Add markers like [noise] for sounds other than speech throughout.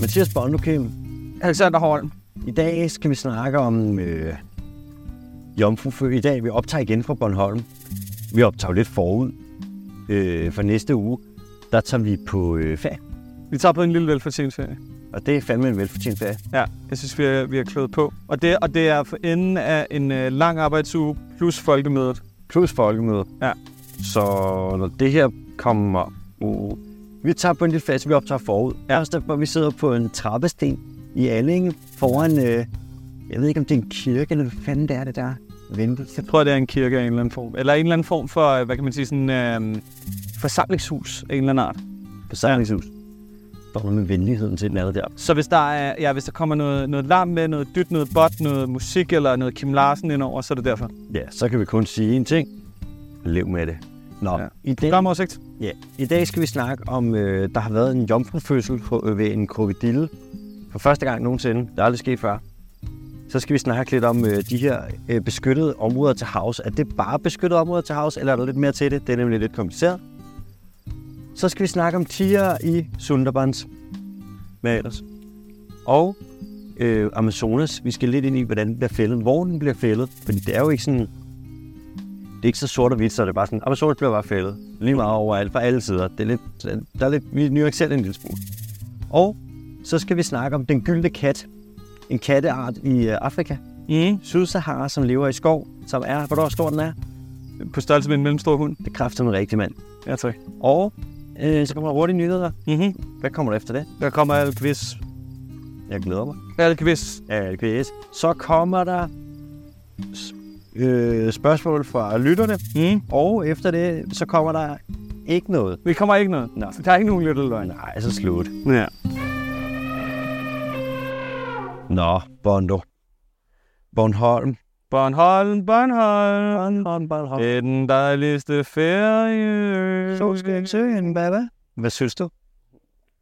Mathias Bondokim, Alexander Holm. i dag skal vi snakke om øh, Jomfrufø. I dag vi optager igen fra Bornholm. Vi optager jo lidt forud. Øh, for næste uge, der tager vi på øh, ferie. Vi tager på en lille velfortjent ferie. Og det er fandme en velfortjent ferie. Ja, jeg synes, vi har, vi har klået på. Og det, og det er for enden af en øh, lang arbejdsuge plus folkemødet. Plus folkemøde. Ja. Så når det her kommer ud... Vi tager på en lille ferie, så vi optager forud. Ja. Også derfor, vi sidder på en trappesten i Allinge foran... Øh, jeg ved ikke, om det er en kirke, eller hvad fanden det er, det der ventelse. Jeg tror, det er en kirke af en eller anden form. Eller en eller anden form for, øh, hvad kan man sige, sådan øh, forsamlingshus af en eller anden art. forsamlingshus. Der var med venligheden til den anden der. Så hvis der, er, ja, hvis der kommer noget, noget larm med, noget dyt, noget bot, noget musik eller noget Kim Larsen indover, så er det derfor. Ja, så kan vi kun sige én ting. Lev med det. Nå, Ja. ja. i, dag, Programoversigt. ja, i dag skal vi snakke om, øh, der har været en jomfrufødsel på- øh, ved en krokodille. For første gang nogensinde. Det er aldrig sket før. Så skal vi snakke lidt om øh, de her øh, beskyttede områder til havs. Er det bare beskyttede områder til havs, eller er der lidt mere til det? Det er nemlig lidt kompliceret. Så skal vi snakke om tiger i Sundarbans. Hvad ellers? Og øh, Amazonas. Vi skal lidt ind i, hvordan den bliver fældet, hvor den bliver fældet. Fordi det er jo ikke sådan... Det er ikke så sort og hvidt, så det er bare sådan, Amazonas bliver bare fældet. Lige meget overalt, fra alle sider. Det er lidt, der er lidt, vi nuancerer det en lille smule. Og så skal vi snakke om den gyldne kat. En katteart i øh, Afrika. Mm. Sydsahara, som lever i skov, som er, hvor stor den er. På størrelse med en mellemstor hund. Det kræfter en rigtig mand. Ja, tak. Og øh, så kommer der hurtige nyheder. Mm-hmm. Hvad kommer der efter det? Der kommer alle quiz. Jeg glæder mig. Alle quiz. LKS. Så kommer der s- øh, spørgsmål fra lytterne, Mm. og efter det, så kommer der ikke noget. Vi kommer ikke noget. Nå. Så Der er ikke nogen lyttet løgn. Nej, så slut. Ja. Nå, Bondo. Bornholm. Bornholm, Bornholm. Bornholm, Bornholm. Det er den dejligste ferie. Solskensøen, baba. Hvad synes du?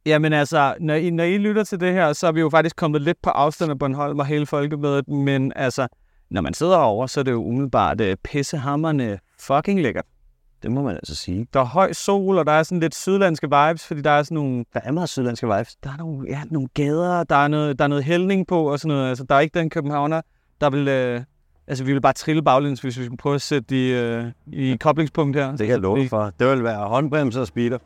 Jamen altså, når I, når I lytter til det her, så er vi jo faktisk kommet lidt på afstand af Bornholm og hele folkemødet, men altså, når man sidder over, så er det jo umiddelbart uh, pissehammerne fucking lækkert. Det må man altså sige. Der er høj sol, og der er sådan lidt sydlandske vibes, fordi der er sådan nogle, Der er meget sydlandske vibes. der er nogle, ja, nogle gader, der er, noget, der er noget hældning på og sådan noget. Altså, der er ikke den københavner, der vil... Øh, altså, vi vil bare trille baglæns, hvis vi skulle prøve at sætte i, øh, i koblingspunkt her. Det kan jeg love dig for. Det vil være håndbremser og speeder.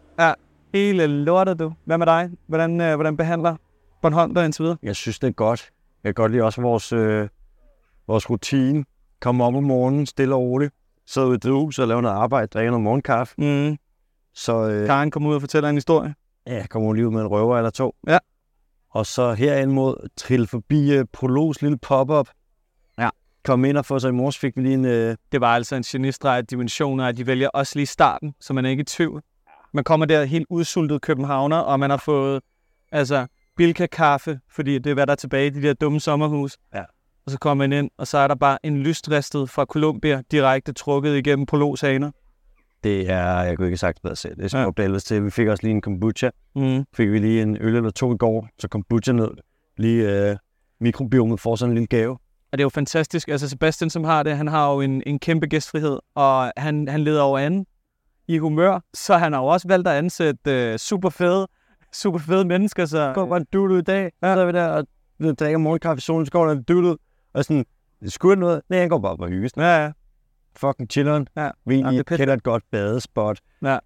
Hele øh, lortet, du. Hvad med dig? Hvordan, øh, hvordan behandler Bornholm dig indtil videre? Jeg synes, det er godt. Jeg kan godt lide også vores, øh, vores rutine. Komme op om morgenen, stille og roligt. Sidde ude i drivhuset og lave noget arbejde, drikke noget morgenkaffe. Mm. Så øh, Karen kommer ud og fortæller en historie. Ja, jeg kommer lige ud med en røver eller to. Ja. Og så herind mod trille forbi uh, Prolos lille pop-up. Ja. Kom ind og få sig i morges, fik vi lige en... Uh, Det var altså en genistreg af dimensioner, at de vælger også lige starten, så man er ikke i tvivl. Man kommer der helt udsultet københavner, og man har fået altså, bilka-kaffe, fordi det er, hvad der er tilbage i de der dumme sommerhus. Ja. Og så kommer man ind, og så er der bare en lystristet fra Colombia direkte trukket igennem Polos haner. det er... Jeg kunne ikke have sagt bedre selv. Det Ja. skubber ja. ellers til. Vi fik også lige en kombucha. Mm. Fik vi lige en øl eller to i går, så kombucha ned. Lige uh, mikrobiomet får sådan en lille gave. Og det er jo fantastisk. Altså Sebastian, som har det, han har jo en, en kæmpe gæstfrihed, og han, han leder over anden i humør, så han har jo også valgt at ansætte øh, super fede, super fede mennesker, så... går bare en dul ud i dag, ja. så er vi der og vi drikker morgenkaffe i solen, så går der en dul ud, og sådan, skulle noget? Nej, jeg går bare på hygges. Ja, ja. Fucking chilleren. Ja. Vi Jamen, det ja, er fedt. kender et godt badespot. Ja.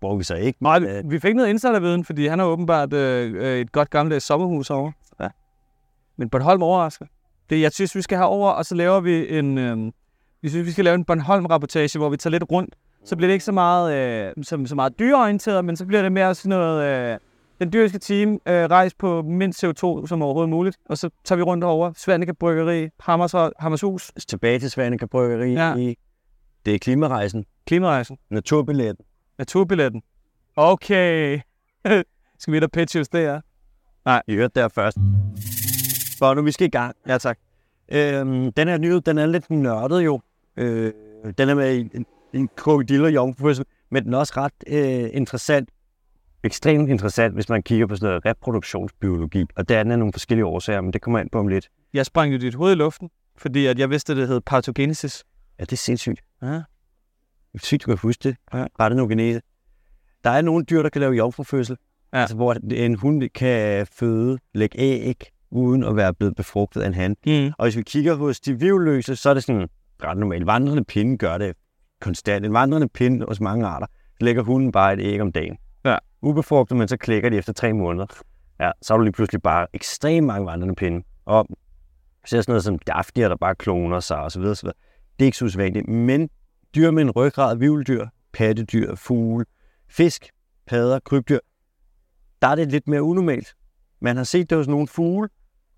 Hvor vi så ikke. Nej, øh, vi, vi fik noget insiderviden, fordi han har åbenbart øh, øh, et godt gammeldags sommerhus over. Ja. Men Bornholm overrasker. Det, jeg synes, vi skal have over, og så laver vi en... Øh, vi synes, vi skal lave en Bornholm-rapportage, hvor vi tager lidt rundt. Så bliver det ikke så meget, øh, så, så meget dyreorienteret, men så bliver det mere sådan noget... Øh, den dyriske team øh, rejs på mindst CO2 som overhovedet muligt, og så tager vi rundt over Svanike Bryggeri, Hammers, Hammershus, tilbage til Svaneke Bryggeri. Ja. Ja. I, det er klimarejsen, Klimarejsen, naturbilletten. Naturbilletten. Okay. [laughs] skal vi da pitche os der? I hørte der først. Så nu vi skal i gang. Ja, tak. Øhm, den her nyhed, den er lidt nørdet jo. Øh, den er med i en, en krokodille og jomfrufødsel, men den er også ret øh, interessant. Ekstremt interessant, hvis man kigger på sådan noget reproduktionsbiologi. Og der er den af nogle forskellige årsager, men det kommer jeg ind på om lidt. Jeg sprang jo dit hoved i luften, fordi at jeg vidste, at det hed partogenesis. Ja, det er sindssygt. Ja. Sygt, du kan huske det. Ja. Bare det nu genese. Der er nogle dyr, der kan lave jomfrufødsel. Ja. Ja. Altså, hvor en hund kan føde, lægge æg, uden at være blevet befrugtet af en han. Mm. Og hvis vi kigger hos de vivløse, så er det sådan ret normalt. Vandrende pinde gør det konstant. En vandrende pinde hos mange arter lægger hunden bare et æg om dagen. Ja. Ubefrugtet, men så klækker de efter tre måneder. Ja, så har du lige pludselig bare ekstremt mange vandrende pinde. Og ser sådan noget som dafnier, der bare kloner sig osv. osv. Det er ikke så usædvanligt. Men dyr med en ryggrad, vivldyr, pattedyr, fugle, fisk, padder, krybdyr, der er det lidt mere unormalt. Man har set det hos nogle fugle,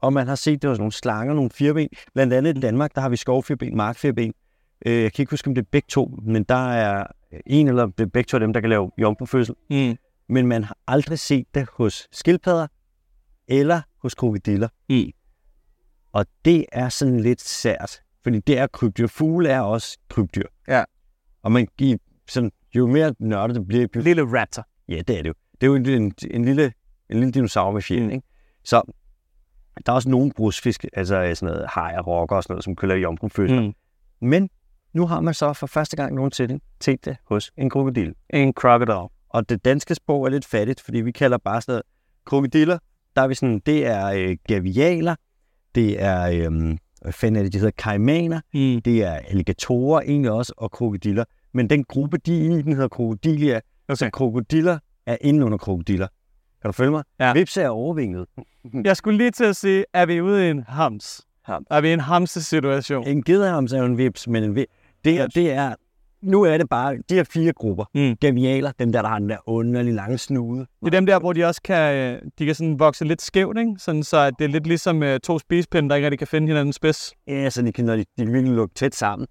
og man har set det hos nogle slanger, nogle firben. Blandt andet i Danmark, der har vi skovfirben, markfirben. Øh, Jeg kan ikke huske, om det er begge to, men der er en eller det er begge to af dem, der kan lave jomfrufødsel. Mm. Men man har aldrig set det hos skildpadder eller hos krokodiller. Mm. Og det er sådan lidt sært, fordi det er krybdyr. Fugle er også krybdyr. Ja. Og man, i, sådan, jo mere nørdet det bliver, jo Lille raptor. Ja, det er det jo. Det er jo en, en, en, lille, en lille dinosaur med fjern, Mm. ikke? Så der er også nogle brugsfisk, altså øh, sådan noget hajer, rokker og sådan noget, som kan lave jomfrufødsler. Mm. Mm. Men nu har man så for første gang nogensinde set det hos en krokodil. En crocodile. Og det danske sprog er lidt fattigt, fordi vi kalder bare sådan noget krokodiller. Der er vi sådan, det er øh, gavialer, det er, øh, hvad fanden er det, de hedder, kaimaner, Mm. det er alligatorer egentlig også, og krokodiller. Men den gruppe, de er i, den hedder krokodilia, Okay. krokodiller er inde under krokodiller. Kan du følge mig? Ja. Uh. Vips er overvinget. Jeg skulle lige til at sige, er vi ude i en hams? Hams. Er vi i en hamsesituation? En gedehams er jo en vips, men en vips. Det her, det er... Nu er det bare de her fire grupper. Mm. Gavialer, dem der, der har den der underlig lange snude. Det er dem der, hvor de også kan, øh, de kan sådan vokse lidt skævt, ikke? Sådan, så at det er lidt ligesom øh, to spisepinde, der ikke rigtig kan finde hinandens spids. Ja, så de kan, når de, de kan virkelig lukke tæt sammen.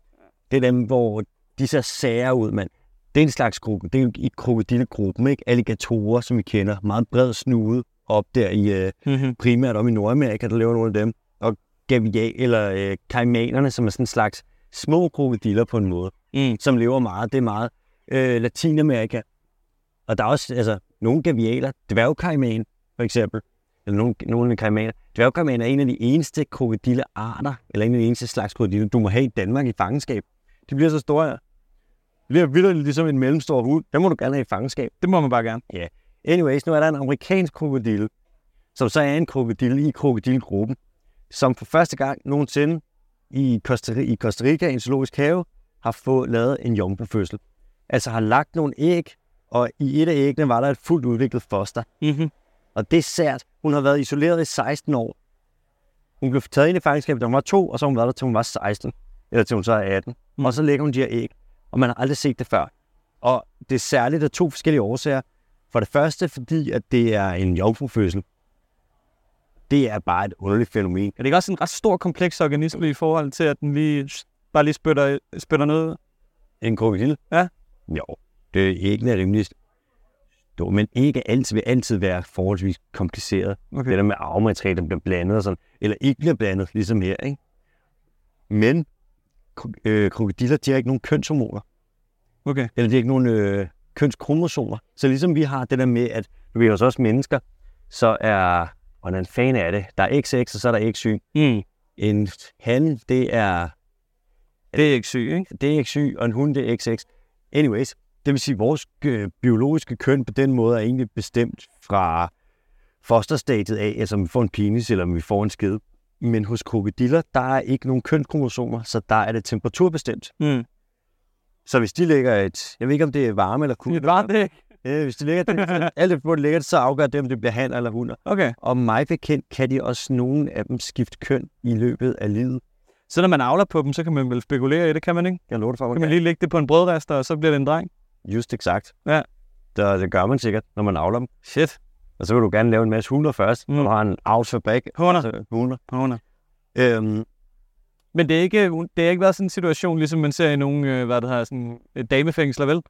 Det er dem, hvor de ser sære ud, mand. Det er en slags gruppe. Det er i krokodillegruppen, ikke? Alligatorer, som vi kender. Meget bred snude op der i, øh, Mm-hmm. primært om i Nordamerika, der lever nogle af dem. Og gavial, eller øh, kaimanerne, som er sådan en slags små krokodiller på en måde, Mm. som lever meget. Det er meget øh, Latinamerika. Og der er også altså, nogle gavialer, dværgkaiman for eksempel, eller nogle, nogle kaimaner. Dværgkaiman er en af de eneste krokodillearter, eller en af de eneste slags krokodiller, du må have i Danmark i fangenskab. De bliver så store her. De bliver vildt ligesom en mellemstor hund. Den må du gerne have i fangenskab. Det må man bare gerne. Anyways, nu er der en amerikansk krokodille, som så er en krokodille i krokodilgruppen, som for første gang nogensinde i Costa, i Costa Rica, i en zoologisk have, har fået lavet en jomfrufødsel. Altså har lagt nogle æg, og i et af æggene var der et fuldt udviklet foster. Mm-hmm. Og det er sært. Hun har været isoleret i 16 år. Hun blev taget ind i fangenskab, da hun var to, og så har hun været der, til hun var 16. Eller til hun så er 18. Mm. Mm. Og så lægger hun de her æg. Og man har aldrig set det før. Og det er særligt af to forskellige årsager. For det første, fordi at det er en jomfrufødsel. Det er bare et underligt fænomen. Er det ikke også en ret stor, kompleks organisme i forhold til, at den lige bare lige spytter, spytter noget ud? En krokodille? Ja. Jo, det er æggene er rimelig stor, men ikke altid vil altid være forholdsvis kompliceret. Okay. Det der med arvemateriale, der bliver blandet og sådan, eller ikke bliver blandet, ligesom her, ikke? Men kro- øh, krokodiller, de har ikke nogen kønshormoner, Okay. eller de har ikke nogen øh, kønskromosomer. Så ligesom vi har det der med, at du ved, hos os mennesker, så er, hvordan fanden er det, der er XX, og så er der XY. Mm. En han, det er Det er ikke syg, ikke? det er XY, og en hund det er XX. Anyways, det vil sige, at vores øh, biologiske køn på den måde er egentlig bestemt fra fosterstadiet af, altså om vi får en penis eller om vi får en skede. Men hos krokodiller, der er ikke nogen kønskromosomer, så der er det temperaturbestemt. Mm. Så hvis de lægger et, jeg ved ikke om det er varme eller kulde, Det var det. ikke? øh, hvis de lægger [laughs] det, alt efter hvor de lægger det, så afgør det, om det bliver han eller hun. Okay. Og mig bekendt kan de også nogle af dem skifte køn i løbet af livet. Så når man avler på dem, så kan man vel spekulere i det, kan man ikke? Jeg lover det for, Kan man lige lægge det på en brødrester, og så bliver det en dreng? Just exakt. Ja. Der, det gør man sikkert, når man avler dem. Shit. Og så vil du gerne lave en masse hunder først. Mm. Mm. Du har en avlsfabrik. Hunder. Altså, hunder. Hunder. Øhm, Men det er ikke, det har ikke været sådan en situation, ligesom man ser i nogle, øh, hvad det hedder, sådan øh, damefængsler, vel?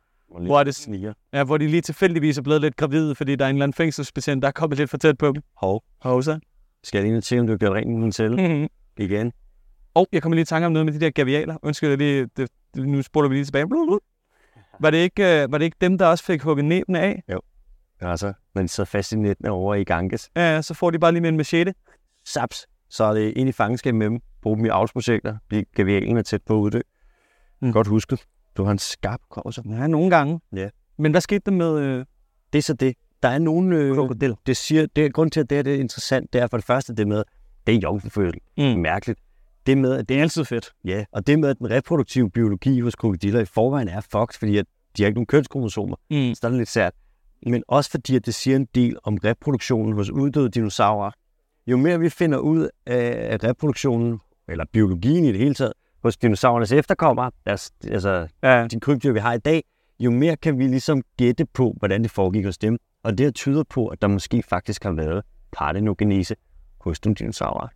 Hvor er det sådan- sniger? Ja, hvor de lige tilfældigvis er blevet lidt gravide, fordi der er en eller anden fængselsbetjent, der er kommet lidt for tæt på dem. Hov, Hosa. skal jeg lige se, om du har gjort rent i din celle Mm-hmm. igen? Og jeg kommer lige i tanke om noget med de der gavialer. Undskyld, jeg lige, det, det, nu spoler vi lige tilbage. Blu, blu. Var det, ikke, øh, var det ikke dem, der også fik hugget næbene af? Altså, man sidder fast i nettene over i Ganges. Ja, så får de bare lige med en machete. Saps. Så er det ind i fangenskab med dem. Brug dem i avlsprojekter. Bliv gavialen er tæt på at uddø. Mm. Mm. Godt husket. Du har en skarp korsor. Ja, nogle gange. Ja. Men hvad skete der med... Øh... Det er så det. Der er nogle... Øh, Krokodil. det siger, det er grund til, at det her det er interessant, det er for det første det med, det er jomfrufødsel. Mm. Mm. Mærkeligt. Det med, at Det er altid fedt. Ja, og det med, at den reproduktive biologi hos krokodiller i forvejen er fucked, fordi at de har ikke nogen kønskromosomer, Mm. så der er det lidt sært. Men også fordi, at det siger en del om reproduktionen hos uddøde dinosaurer. Jo mere vi finder ud af af reproduktionen, eller biologien i det hele taget, hos dinosaurernes efterkommere, deres, altså Ja. de krybdyr, vi har i dag, jo mere kan vi ligesom gætte på, hvordan det foregik hos dem. Og det her tyder på, at der måske faktisk har været partenogenese hos de dinosaurer.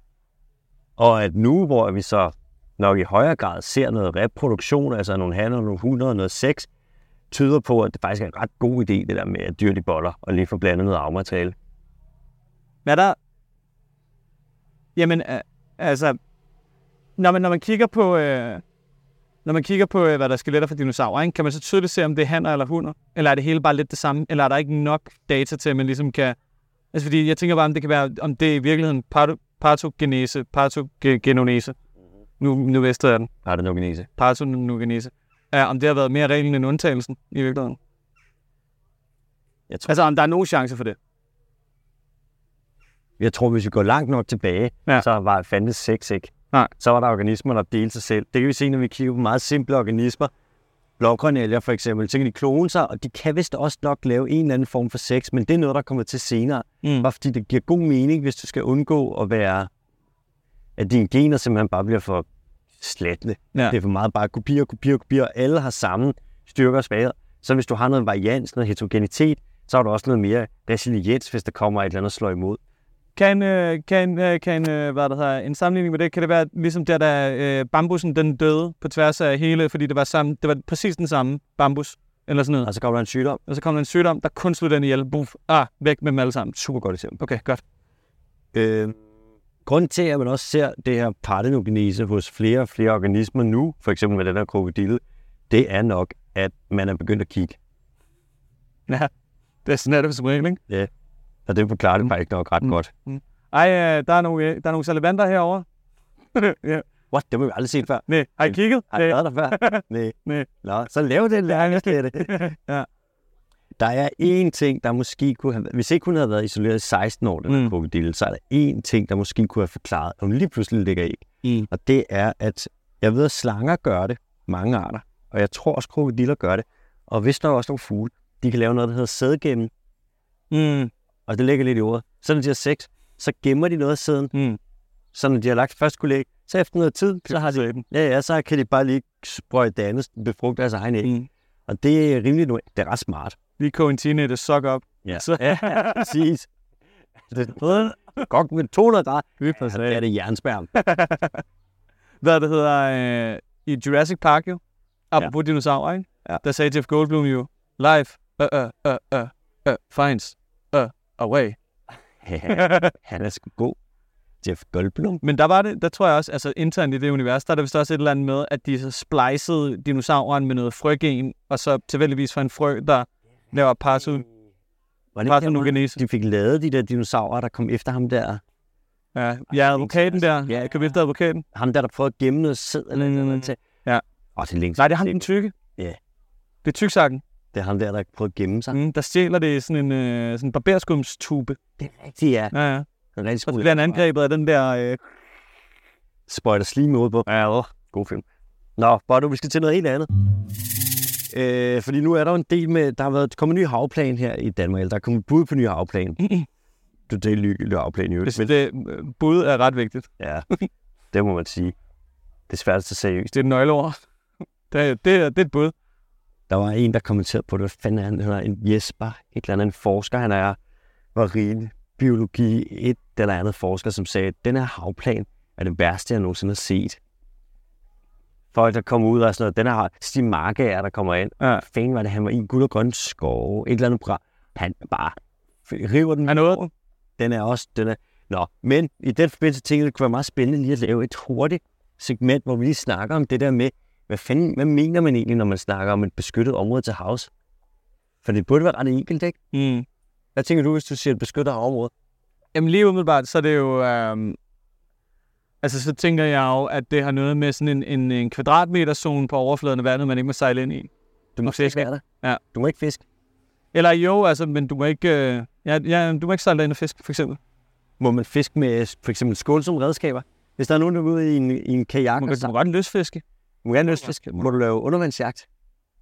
Og at nu, hvor vi så nok i højere grad ser noget reproduktion, altså nogle hanner, nogle hunder og noget sex, tyder på, at det faktisk er en ret god idé, det der med, at dyr de boller og lige få blandet noget afmateriale. Hvad er der... Jamen, øh, altså... Når man, når man kigger på... Øh, når man kigger på, øh, hvad der er skeletter for dinosaurer, ikke, kan man så tydeligt se, om det er hanner eller hunder? Eller er det hele bare lidt det samme? Eller er der ikke nok data til, at man ligesom kan... Altså, fordi jeg tænker bare, om det kan være, om det er i virkeligheden parto, partogenese, partogenonese. Nu, nu vester jeg den. Partenogenese. Partogenese. Ja, om det har været mere reglen end undtagelsen i virkeligheden. Jeg tror, Altså, om der er nogen chance for det. jeg tror, hvis vi går langt nok tilbage, ja. Ja. så var fandtes sex ikke. Nej. Så var der organismer, der delte sig selv. Det kan vi se, når vi kigger på meget simple organismer. Blågrønælger for eksempel, så kan de klone sig, og de kan vist også nok lave en eller anden form for sex, men det er noget, der kommer til senere. Mm. Bare fordi det giver god mening, hvis du skal undgå at være, at dine gener simpelthen bare bliver for slatne. Ja. Det er for meget bare kopier, kopier, kopier. Alle har samme styrker og svagheder. Så hvis du har noget varians, noget heterogenitet, så har du også noget mere resiliens, hvis der kommer et eller andet slår imod. Kan, øh, kan, øh, kan øh, hvad der hedder, en sammenligning med det, kan det være ligesom der, da øh, bambusen den døde på tværs af hele, fordi det var, samme, det var præcis den samme bambus, eller sådan noget. Og så kommer der en sygdom. Og så kom der en sygdom, der kun slog den ihjel. Buf, ah, væk med dem alle sammen. Super godt eksempel. Okay, godt. Øh, grunden til, at man også ser det her partenogenese hos flere og flere organismer nu, for eksempel med den her krokodille, det er nok, at man er begyndt at kigge. Ja, det er sådan, er det som regel, ikke? Og det forklarer det bare ikke nok ret mm. godt. Ej, øh, der er nogle, øh, der er nogle salamander herovre. [laughs] ja. What? Det har vi aldrig set før. Nej, har I kigget? Har jeg været der [laughs] før? Nej. Nej. Nå, så lav den lange det. [laughs] ja. Der er én ting, der måske kunne have været... Hvis ikke hun havde været isoleret i 16 år, den mm. Mm. krokodille, så er der én ting, der måske kunne have forklaret, at hun lige pludselig ligger æg. Mm. Og det er, at jeg ved, at slanger gør det, mange arter, og jeg tror også, krokodiller gør det. Og hvis der er også nogle fugle, de kan lave noget, der hedder sædgemme, Mm, og det ligger lidt i ordet. Så når de har sex, så gemmer de noget af sæden, mm. så når de har lagt første kollega, så efter noget tid, så, har de, de ja, ja, så kan de bare lige sprøjte det andet, befrugte deres egen æg. Mm. Mm. Og det er rimelig nu, det er ret smart. Lige koge en teenager sock op. Ja. Så, Præcis. Det er godt med 200 grader. Lige Ja, præcis. det er det jernspærm. hvad det hedder, øh, i Jurassic Park jo, apropos ja. dinosaurer, ikke? Ja. der sagde Jeff Goldblum jo, live, uh, uh, uh, uh, uh, finds, uh, [laughs] away. [laughs] Han er sgu god. Jeff Goldblum. Men der var det, der tror jeg også, altså internt i det univers, der er der vist også et eller andet med, at de så splicede dinosauren med noget frøgen, og så tilfældigvis fra en frø, der laver parto, Var det ikke der, partonogenese. de fik lavet de der dinosaurer, der kom efter ham der? Ja, ja, advokaten der, Ja. ja, jeg kan vifte advokaten. Ham der, der prøvede at gemme noget sæd eller noget andet til. Mm. Ja. Åh, det er længe Nej, det er ham den tykke. Ja. Det er tyksakken, Det er ham der, der prøvede at gemme sig. Mm. mm, der stjæler det i sådan en, øh, sådan en barberskumstube. Det er rigtigt, ja. Ja, ja. Det er rigtig Så sgu bliver han angrebet af den der øh, Spøjter slime ud på. Ja, god film. Nå, bare nu, vi skal til noget helt andet. Øh, fordi nu er der jo en del med, der har været kommet en ny havplan her i Danmark, eller der er kommet bud på en ny [laughs] havplan. Du det er en ny ny havplan, jo. Hvis det øh, bud er ret vigtigt. Ja, det må man sige. Det er svært at tage seriøst. Hvis det er et nøgleord. [laughs] Det er, det er, det er et bud. Der var en, der kommenterede på det. Hvad fanden er han? Han hedder en Jesper, et eller andet en forsker. Han er marine biologi, et eller andet forsker, som sagde, at den her havplan er det værste, jeg nogensinde har set. Folk, der kommer ud og sådan noget. Den her Stig Marke er, der kommer ind. Ja. Fanden var det, han var i guld og grønne skove. Et eller andet bra. Han bare river den. Er noget? den? Den er også... Den er... Nå, men i den forbindelse tænkte jeg, det kunne være meget spændende lige at lave et hurtigt segment, hvor vi lige snakker om det der med, hvad fanden, hvad mener man egentlig, når man snakker om et beskyttet område til havs? For det burde være ret enkelt, ikke? Mm. Hvad tænker du, hvis du siger et beskyttet havområde? Jamen lige umiddelbart, så er det jo... Øhm, altså så tænker jeg jo, at det har noget med sådan en, en, en kvadratmeterzone på overfladen af vandet, man ikke må sejle ind i. Du må må fiske. fiske der. Ja. Du må ikke fiske. Eller jo, altså, men du må ikke, øh, ja, ja, du må ikke sejle ind og fiske, for eksempel. Må man fiske med øh, for eksempel skål som redskaber? Hvis der er nogen, der er ude i en, i en kajak, Du må, og du så- må godt løsfiske. må gerne lystfiske. Må du lave undervandsjagt?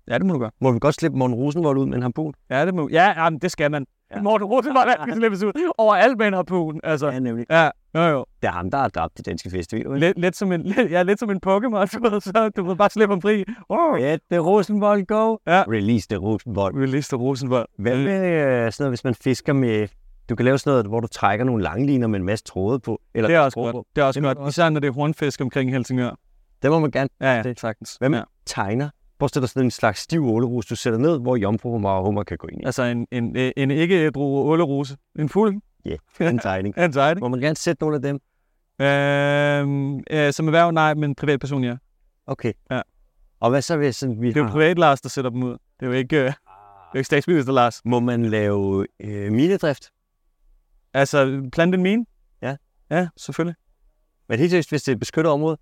Ja, det må du gøre. Må vi godt slippe Morten Rosenvold ud med en harpun? Ja, det må Ja, jamen, det skal man. Ja. Ja. Morten Rosenvold, han skal slippes ud over alt med en harpun, altså. Ja, nemlig. Ja, jo jo. Det er ham, der har dræbt de danske festivaler. Lidt, lidt som en, lidt, ja, lidt som en Pokémon, du ved, så du ved bare slippe ham fri. Oh. Ja, det Rosenvold go. Ja. Release det Rosenvold. Lister Rosenvold. Hvad med øh, sådan noget, hvis man fisker med... Du kan lave sådan noget, hvor du trækker nogle lange liner med en masse tråde på. Eller Det er også tråde godt. på. Det er også Det må godt. du Især når det er hornfisk omkring Helsingør. Det må man gerne Ja, ja, Det- sagtens. Hvad med- Ja. tegner. Hvor står der sådan en slags stiv ålerus, du sætter ned, hvor jomfru og hummer kan gå ind i. Altså en, en, en, en ikke ædru ålerose. En fuld. En tegning. En tegning. Må man gerne sætte nogle af dem? Øhm, øh, som erhverv, nej, men privatperson, ja. Okay. Ja. Og hvad så hvis sådan, vi Det er jo har... privat Lars, der sætter dem ud. Det er jo ikke, øh, det er jo ikke statsminister Lars. Må man lave øh, minedrift? Altså, plant en mine. Ja. Ja, selvfølgelig. Men helt seriøst, hvis det er et beskyttet område?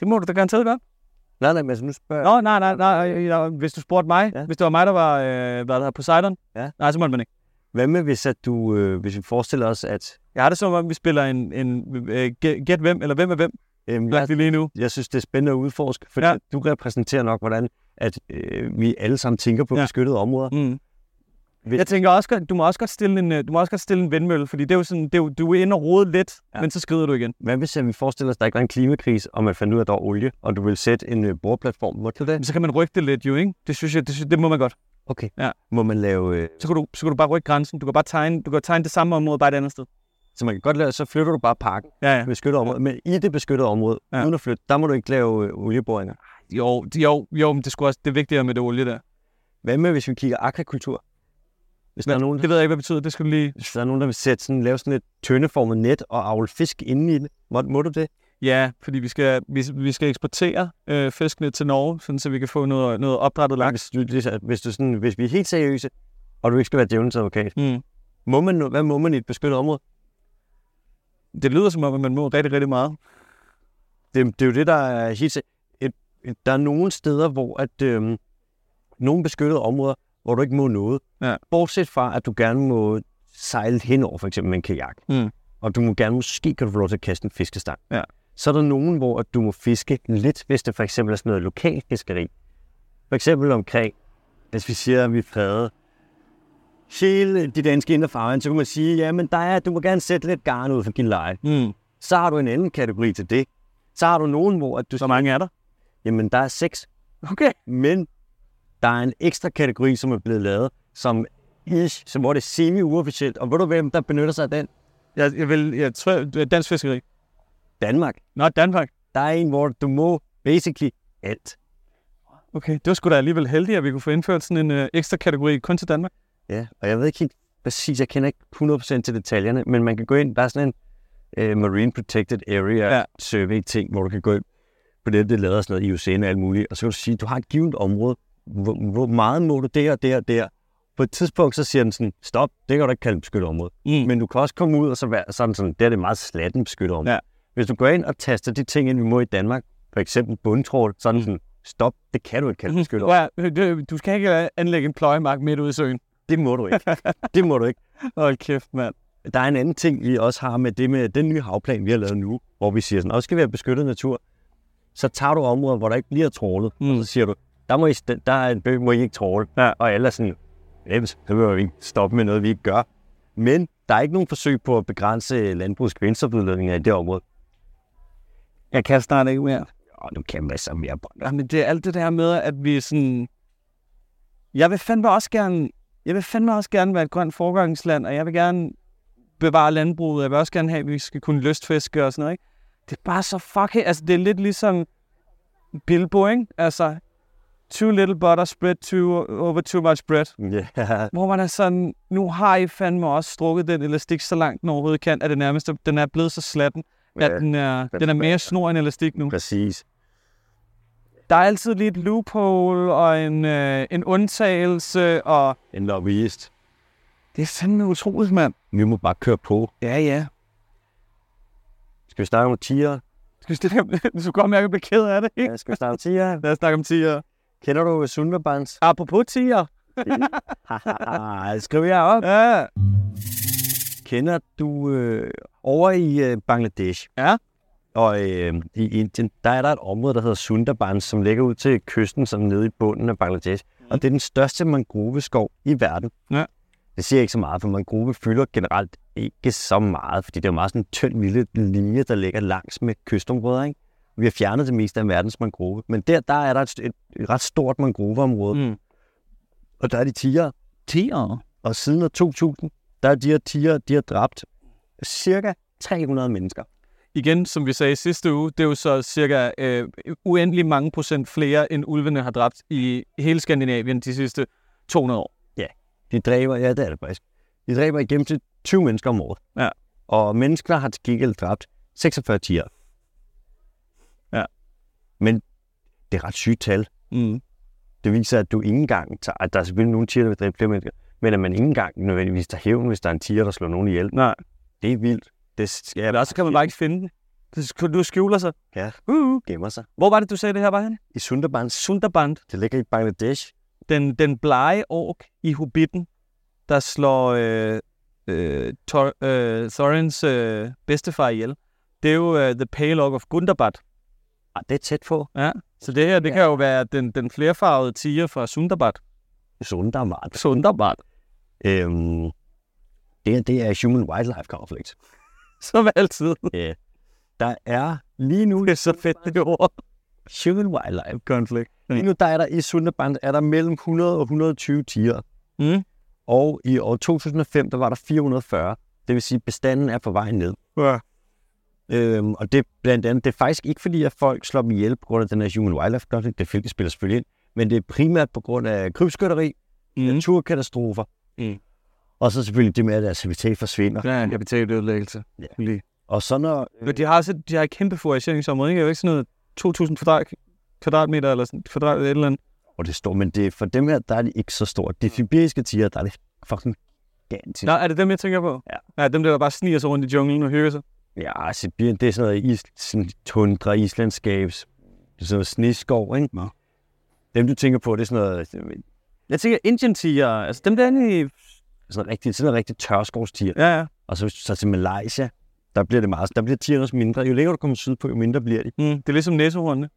Det må du da garanteret gøre. Nej, nej, men altså nu spørger jeg. Nå, nej, nej, nej, øh, ja, hvis du spurgte mig, Ja. ja. hvis det var mig, der var øh, hvad der hedder, Poseidon, Ja. nej, så måtte man ikke. Hvad med, hvis, at du, øh, hvis vi forestiller os, at Jeg har det som om, vi spiller en, en øh, gæ- gæt hvem, eller hvem er hvem, øh, jeg, ja. lige nu. jeg synes, det er spændende at udforske, fordi ja. Ja. du repræsenterer nok, hvordan at, øh, vi alle sammen tænker på ja. Ja. beskyttede områder. Mm. Hvis- Jeg tænker også, godt- du må også godt stille en, øh, du må også godt stille en vindmølle, fordi det er jo sådan, det er jo, du er inde og rode lidt, Ja. ja. men så skrider du igen. Hvad hvis at vi forestiller os, at der ikke var en klimakrise, og man fandt ud af, at der var olie, og du vil sætte en øh, boreplatform? Må du det? Men så kan man rykke det lidt jo, ikke? Det synes jeg, det, synes, det må man godt. Okay. Ja. Må man lave... Øh, Så kan, du, så kan du bare rykke grænsen. Du kan bare tegne, du kan tegne det samme område bare et andet sted. så man kan godt lave, så flytter du bare parken Ja, ja. beskyttet område, men i det beskyttede område, ja. Ja. uden at flytte, der må du ikke lave øh, olieboringer. Jo, det- jo, jo, men det, skulle også, det er vigtigere med det olie der. Hvad med, hvis vi kigger akvakultur? Hvis der, er nogen, Det ved jeg ikke, hvad det betyder. Det skal du lige... hvis der er nogen, der vil sætte sådan, lave sådan et tøndeformet net og avle fisk inde i det, må, må du det? Ja, fordi vi skal, vi, vi skal eksportere øh, fiskene til Norge, sådan, så vi kan få noget, noget opdrettet laks. Hvis, du, ligesom- hvis, du sådan, hvis vi er helt seriøse, og du ikke skal være djævelens advokat, Mm. må man, no- hvad må man i et beskyttet område? Det lyder som om, at man må rigtig, rigtig meget. Det, det er jo det, der er helt se- et, et, Der er nogle steder, hvor at, øhm, nogle beskyttede områder, hvor du ikke må noget. Ja. Bortset fra, at du gerne må sejle henover, for eksempel med en kajak. Mm. Og du må gerne, måske kan du få lov til at kaste en fiskestang. Ja. Så er der nogen, hvor at du må fiske lidt, hvis det for eksempel er sådan noget lokal fiskeri. For eksempel omkring, hvis vi siger, at vi fredede hele de danske indre farvand, så kan man sige, jamen der er, du må gerne sætte lidt garn ud for din leje Mm. så har du en anden kategori til det. Så har du nogen, hvor at du Så mange er der? jamen der er seks, Okay. men der er en ekstra kategori, som er blevet lavet, som ish, som hvor det er semi-uofficielt. Og ved du, hvem der benytter sig af den? Jeg, jeg, vil, jeg tror, det er dansk fiskeri. Danmark. Nå, Danmark. Der er en, hvor du må basically alt. Okay, det var sgu da alligevel heldigt, at vi kunne få indført sådan en øh, ekstra kategori kun til Danmark. Ja, og jeg ved ikke helt præcis, jeg kender ikke 100% til detaljerne, men man kan gå ind, der er sådan en øh, Marine Protected Area Ja. Survey ting, hvor du kan gå ind på det, det lader sådan noget IUCN og alt muligt, og så kan du sige, du har et givet område, hvor, hvor meget må du der, der, der. På et tidspunkt, så siger den sådan, stop, det kan du ikke kalde et beskyttet område. Mm. Men du kan også komme ud, og så, være, så er den sådan, der er det meget slatten beskyttet område. Ja. Hvis du går ind og taster de ting ind, vi må i Danmark, for eksempel bundtrål, så er Mm. den sådan, stop, det kan du ikke Mhm. kalde et beskyttet område. Ja, det- øh, du skal ikke anlægge en pløjemark midt ude i søen. Det må du ikke. Det må du ikke. Hold kæft, mand. Der er en anden ting, vi også har med det med den nye havplan, vi har lavet nu, hvor vi siger sådan, også skal vi have beskyttet natur. Så tager du områder, hvor der ikke bliver trålet, mm. og Mm. så siger du, der, må I, st- der er en bøg, må I ikke tråle. Ja. Og alle er sådan, nemt, så behøver vi ikke stoppe med noget, vi ikke gør. Men der er ikke nogen forsøg på at begrænse landbrugets kvælstofudledninger i det område. Jeg kan snart ikke mere. Og nu kan man så mere på. [laughs] Jamen, det er alt det der med, at vi sådan... Jeg vil fandme også gerne, jeg vil fandme også gerne være et grønt forgangsland, og jeg vil gerne bevare landbruget. Jeg vil også gerne have, at vi skal kunne lystfiske og sådan noget, ikke? Det er bare så fucking... Altså, det er lidt ligesom Bilbo, ikke? Altså, too little butter spread too, over too much bread. Ja, Hvor man er sådan, nu har I fandme også strukket den elastik så langt den overhovedet kan, at det nærmest, den er blevet så slatten, at Ja, den er, den den er er- mere snor end elastik nu. præcis. Der er altid lige et loophole og en, øh, en undtagelse, og En lobbyist. det er fandme utroligt, mand. Vi må bare køre på. Ja, ja. Skal vi snakke om tiger? Skal vi stille [laughs] Du skulle godt mærke, at jeg bliver ked af det, ikke? Ja, skal vi snakke om tiger? øh, Lad os snakke om tiger. [laughs] Kender du Sundarbans? Apropos tiger. Ah, skriv jer op. Ja. Kender du øh, over i øh, Bangladesh? Ja. Og øh, i Indien, der er der et område, der hedder Sundarbans, som ligger ud til kysten, sådan nede i bunden af Bangladesh. Mm. Og det er den største mangroveskov i verden. Ja. Det siger ikke så meget, for mangrove fylder generelt ikke så meget, fordi det er jo meget sådan en tynd lille linje, der ligger langs med kystområder, ikke? Vi har fjernet det meste af verdens mangrove, men der, der er der et, et, et ret stort mangroveområde, mm. Mm. og der er de tiger, Tiger. og siden år 2000, der er de her tiger, de har dræbt cirka 300 mennesker. Igen, som vi sagde i sidste uge, det er jo så cirka øh, uendelig mange procent flere, end ulvene har dræbt i hele Skandinavien de sidste 200 år. De dræber, ja det er det faktisk, de dræber i gennemsnit 20 mennesker om året. Ja. Og mennesker har til gengæld dræbt 46 tiger. Ja. Men det er ret sygt tal. Mm. Det viser, at du ikke engang tager, at der er selvfølgelig nogle tiger, der vil dræbe flere mennesker, men at man ikke engang nødvendigvis tager hævn, hvis der er en tiger, der slår nogen ihjel. Nej. Det er vildt. Det skal jeg Eller også kan man bare ikke finde den. Du- Du skjuler sig. Ja. Uh-huh. gemmer sig. Hvor var det, du sagde det her var henne? I Sundarbans, Sunderband. det ligger i Bangladesh. Den, den blege ork i Hobbiten, der slår øh, øh, Tor, øh, Thorins øh, bedstefar ihjel. Det er jo øh, The Pale Orc of Gundabad. Ah, det er tæt på. Så det her, det kan jo være den, den flerfarvede tiger fra Sundarbad. Sundarbans. Sundarbad. Øhm, det, her, det er Human Wildlife Conflict. [laughs] Som altid. Der er lige nu [laughs] Det er så fedt, det ord. Human Wildlife Conflict. Ja. Lige nu der er der i Sundarbans er der mellem 100 og 120 tiger. Mm. Og i år 2005, der var der 440. Det vil sige, at bestanden er på vej ned. Ja. Øhm, og det, er blandt andet, det er faktisk ikke fordi, at folk slår dem ihjel på grund af den her Human Wildlife Conflict. Det er fedt, det spiller selvfølgelig ind. Men det er primært på grund af krybskytteri, mm. Mm. naturkatastrofer. Mm. Og så selvfølgelig det med, at deres habitat forsvinder. Det er en kapitalødelæggelse. Ja. Lige. Og så når... Men de har, også, et- de har et kæmpe foragiseringsområde, ikke? Det er jo ikke sådan noget 2.000 kvadrat, kvadratmeter eller sådan kvadrat eller et eller andet. hvor det står, men det, for dem her, der er det ikke så stort. De sibiriske tiger, der er det fucking gigantisk. Nå, er det dem, jeg tænker på? Ja. Ja, dem der, der bare sniger sig rundt i junglen og hygger sig. Ja, Sibirien, det er sådan noget is, sådan tundra, islandskabs, det er sådan noget sneskov, ikke? Nå. Dem, du tænker på, det er sådan noget, sådan Jeg tænker Indian tiger, altså dem der inde i... noget rigtig, sådan noget rigtig tørskovstiger. Ja, ja. Og så hvis du tager til Malaysia, der bliver det meget, der bliver tigerne også mindre. Jo længere du kommer sydpå, jo mindre bliver de. Mm. Det er ligesom næsehornene.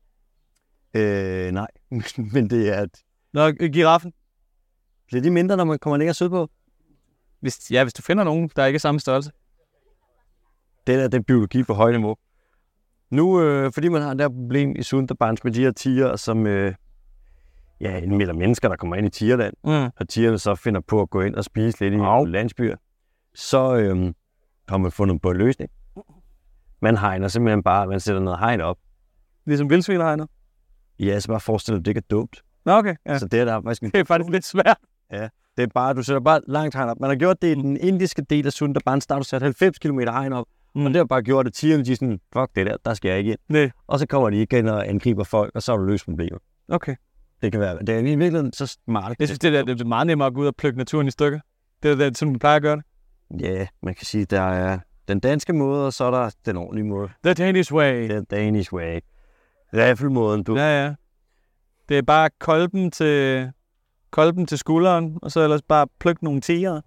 Øh, nej, [laughs] men det er, at Nå, øh, giraffen. bliver de mindre, når man kommer længere sydpå? Hvis, ja, hvis du finder nogen, der ikke er samme størrelse. Det der, det er biologi på højt niveau. Nu, øh, fordi man har det her problem i Sundarbans med de her tiger, som øh, ja, indmelder mennesker, der kommer ind i tigerland, Mm. og tigerne så finder på at gå ind og spise lidt i Au. nogle landsbyer, så øh, har man fundet på en løsning. Man hegner simpelthen bare, man sætter noget hegn op. Ligesom vildsvinhegner. Ja, så bare forestil dig, at det ikke er dumt. Nå, okay. Ja. Ja. Så det er der er faktisk en, Det er faktisk lidt svært. det er bare, du sætter bare langt hegn op. Man har gjort det i den indiske del af Sundarbans, der har du sat 90 km hegn op. Mm. Mm. Og det har bare gjort, at tigerne de er sådan, fuck det der, der skal jeg ikke ind. Nej. Og så kommer de igen og angriber folk, og så har du løst problemet. Okay. Det kan være, det er i virkeligheden så smart. Jeg synes, det, der, det er meget nemmere at gå ud og plukke naturen i stykker. Det er det, som man plejer at gøre det. Ja, man kan sige, der er den danske måde, og så er der den ordentlige måde. The Danish way. Den Danish way. Riffelmåden, du. Ja, ja. Det er bare kolben til, kolben til skulderen, og så ellers bare plukke nogle tiger.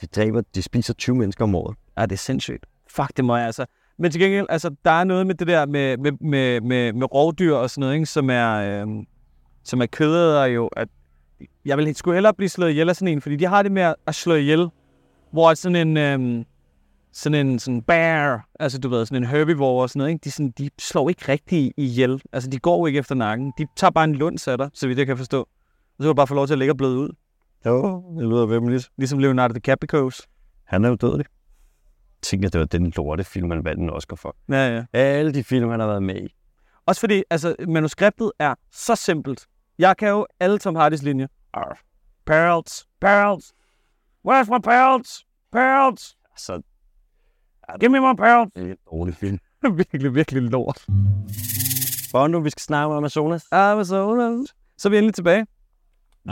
De dræber, de spiser 20 mennesker om året. Ja, det er sindssygt. Fuck, det må jeg altså. Men til gengæld, altså, der er noget med det der med, med, med, med, med rovdyr og sådan noget, ikke, som er, øh, som er kødæder jo. At jeg vil sgu hellere blive slået ihjel af sådan en, fordi de har det med at- at slå ihjel, hvor at sådan en, øh, sådan en sådan bear, altså du ved, sådan en herbivore og sådan noget, ikke? De, sådan, de slår ikke rigtig ihjel. Altså, de går ikke efter nakken. De tager bare en lunds af dig, så vidt jeg kan forstå. Og så kan du bare få lov til at ligge og bløde ud. Jo, det lyder vemmeligt. Ligesom Leonardo DiCaprio's. Han er jo dødelig. Jeg tænker, det var den lorte film, han vandt en Oscar for. Ja, ja. Alle de film, han har været med i. Også fordi, altså, manuskriptet er så simpelt. Jeg kan jo alle Tom Hardys linjer. Arf. Pearls. Pearls. Where's my pearls? Pearls. Altså, Give me my pearls. det er en dårlig film. [laughs] virkelig, virkelig lort. Bondo, vi skal snakke om Amazonas. Amazonas. Ah, Så er vi endelig tilbage.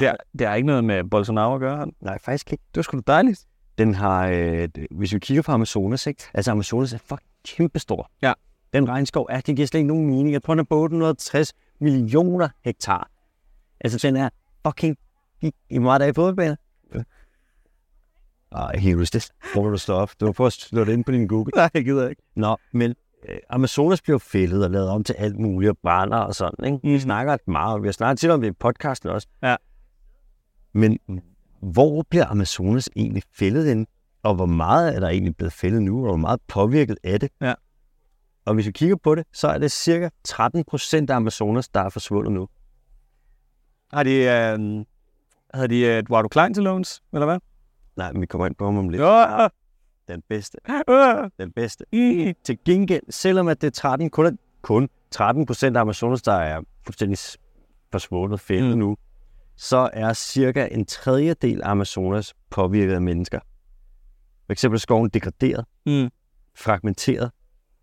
Det er, det er ikke noget med Bolsonaro at gøre. Han. Nej, faktisk ikke. Det var sgu da dejligt. Den har, øh, d- hvis vi kigger på Amazonas, ikke? Altså, Amazonas er fucking kæmpestor. Ja. Den regnskov er, det giver slet ikke nogen mening. Jeg tror, den er på 860 millioner hektar. Altså, den er fucking I meget af i fodboldbaner. Ah, Ej, jeg kan ikke huske det. Hvor må du stå op? Du må prøve at slå det ind på din Google. Nej, jeg gider ikke. Nå, men øh, Amazonas bliver fældet og lavet om til alt muligt og brænder og sådan, ikke? Vi Mhm. snakker meget om, vi har snakket til om det i podcasten også. Ja. Men hvor bliver Amazonas egentlig fældet ind? Og hvor meget er der egentlig blevet fældet nu, og hvor meget påvirket af det? Ja. Og hvis vi kigger på det, så er det cirka 13 procent af Amazonas, der er forsvundet nu. Har de, øh, havde de øh, Eduardo Klein til låns, eller hvad? Nej, men vi kommer ind på ham om lidt. Jo, øh, Den bedste, øh, den bedste. mm. Til gengæld, selvom at det er 13, kun, er, kun 13 procent af Amazonas, der er fuldstændig s- forsvundet fældet Mm. mm. nu, så er cirka en tredjedel af Amazonas påvirket af mennesker. For eksempel er skoven degraderet, Mm. fragmenteret,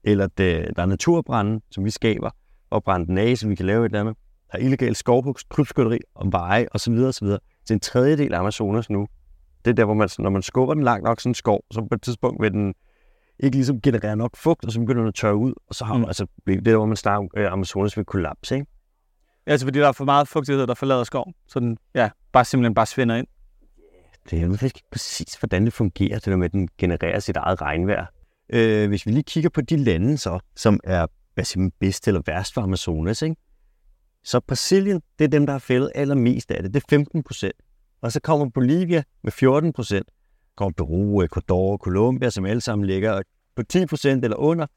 eller det, der er naturbrænde, som vi skaber, og brænde den af, som vi kan lave et eller andet. Der er illegal skovhugst, krybskytteri og veje osv. osv. Så en tredjedel af Amazonas nu. Det er der, hvor man, sådan- når man skubber den langt nok sådan en skov, så på et tidspunkt vil den ikke ligesom generere nok fugt, og så begynder den at tørre ud, og så har Mm. man, altså, det er der, hvor man snakker om, øh, Amazonas vil kollapse, ikke? Altså, fordi der er for meget fugtighed, der forlader skoven. Så den, ja, bare simpelthen bare svinder ind. Det er faktisk ikke præcis, hvordan det fungerer, det der med, at den genererer sit eget regnvejr. Øh, hvis vi lige kigger på de lande så, som er hvad siger man, bedst eller værst for Amazonas, ikke? så Brasilien, det er dem, der har fældet allermest af det. Det er 15 procent. Og så kommer Bolivia med 14 procent. Kommer Peru, Ecuador, Colombia, som alle sammen ligger på 10 procent eller under.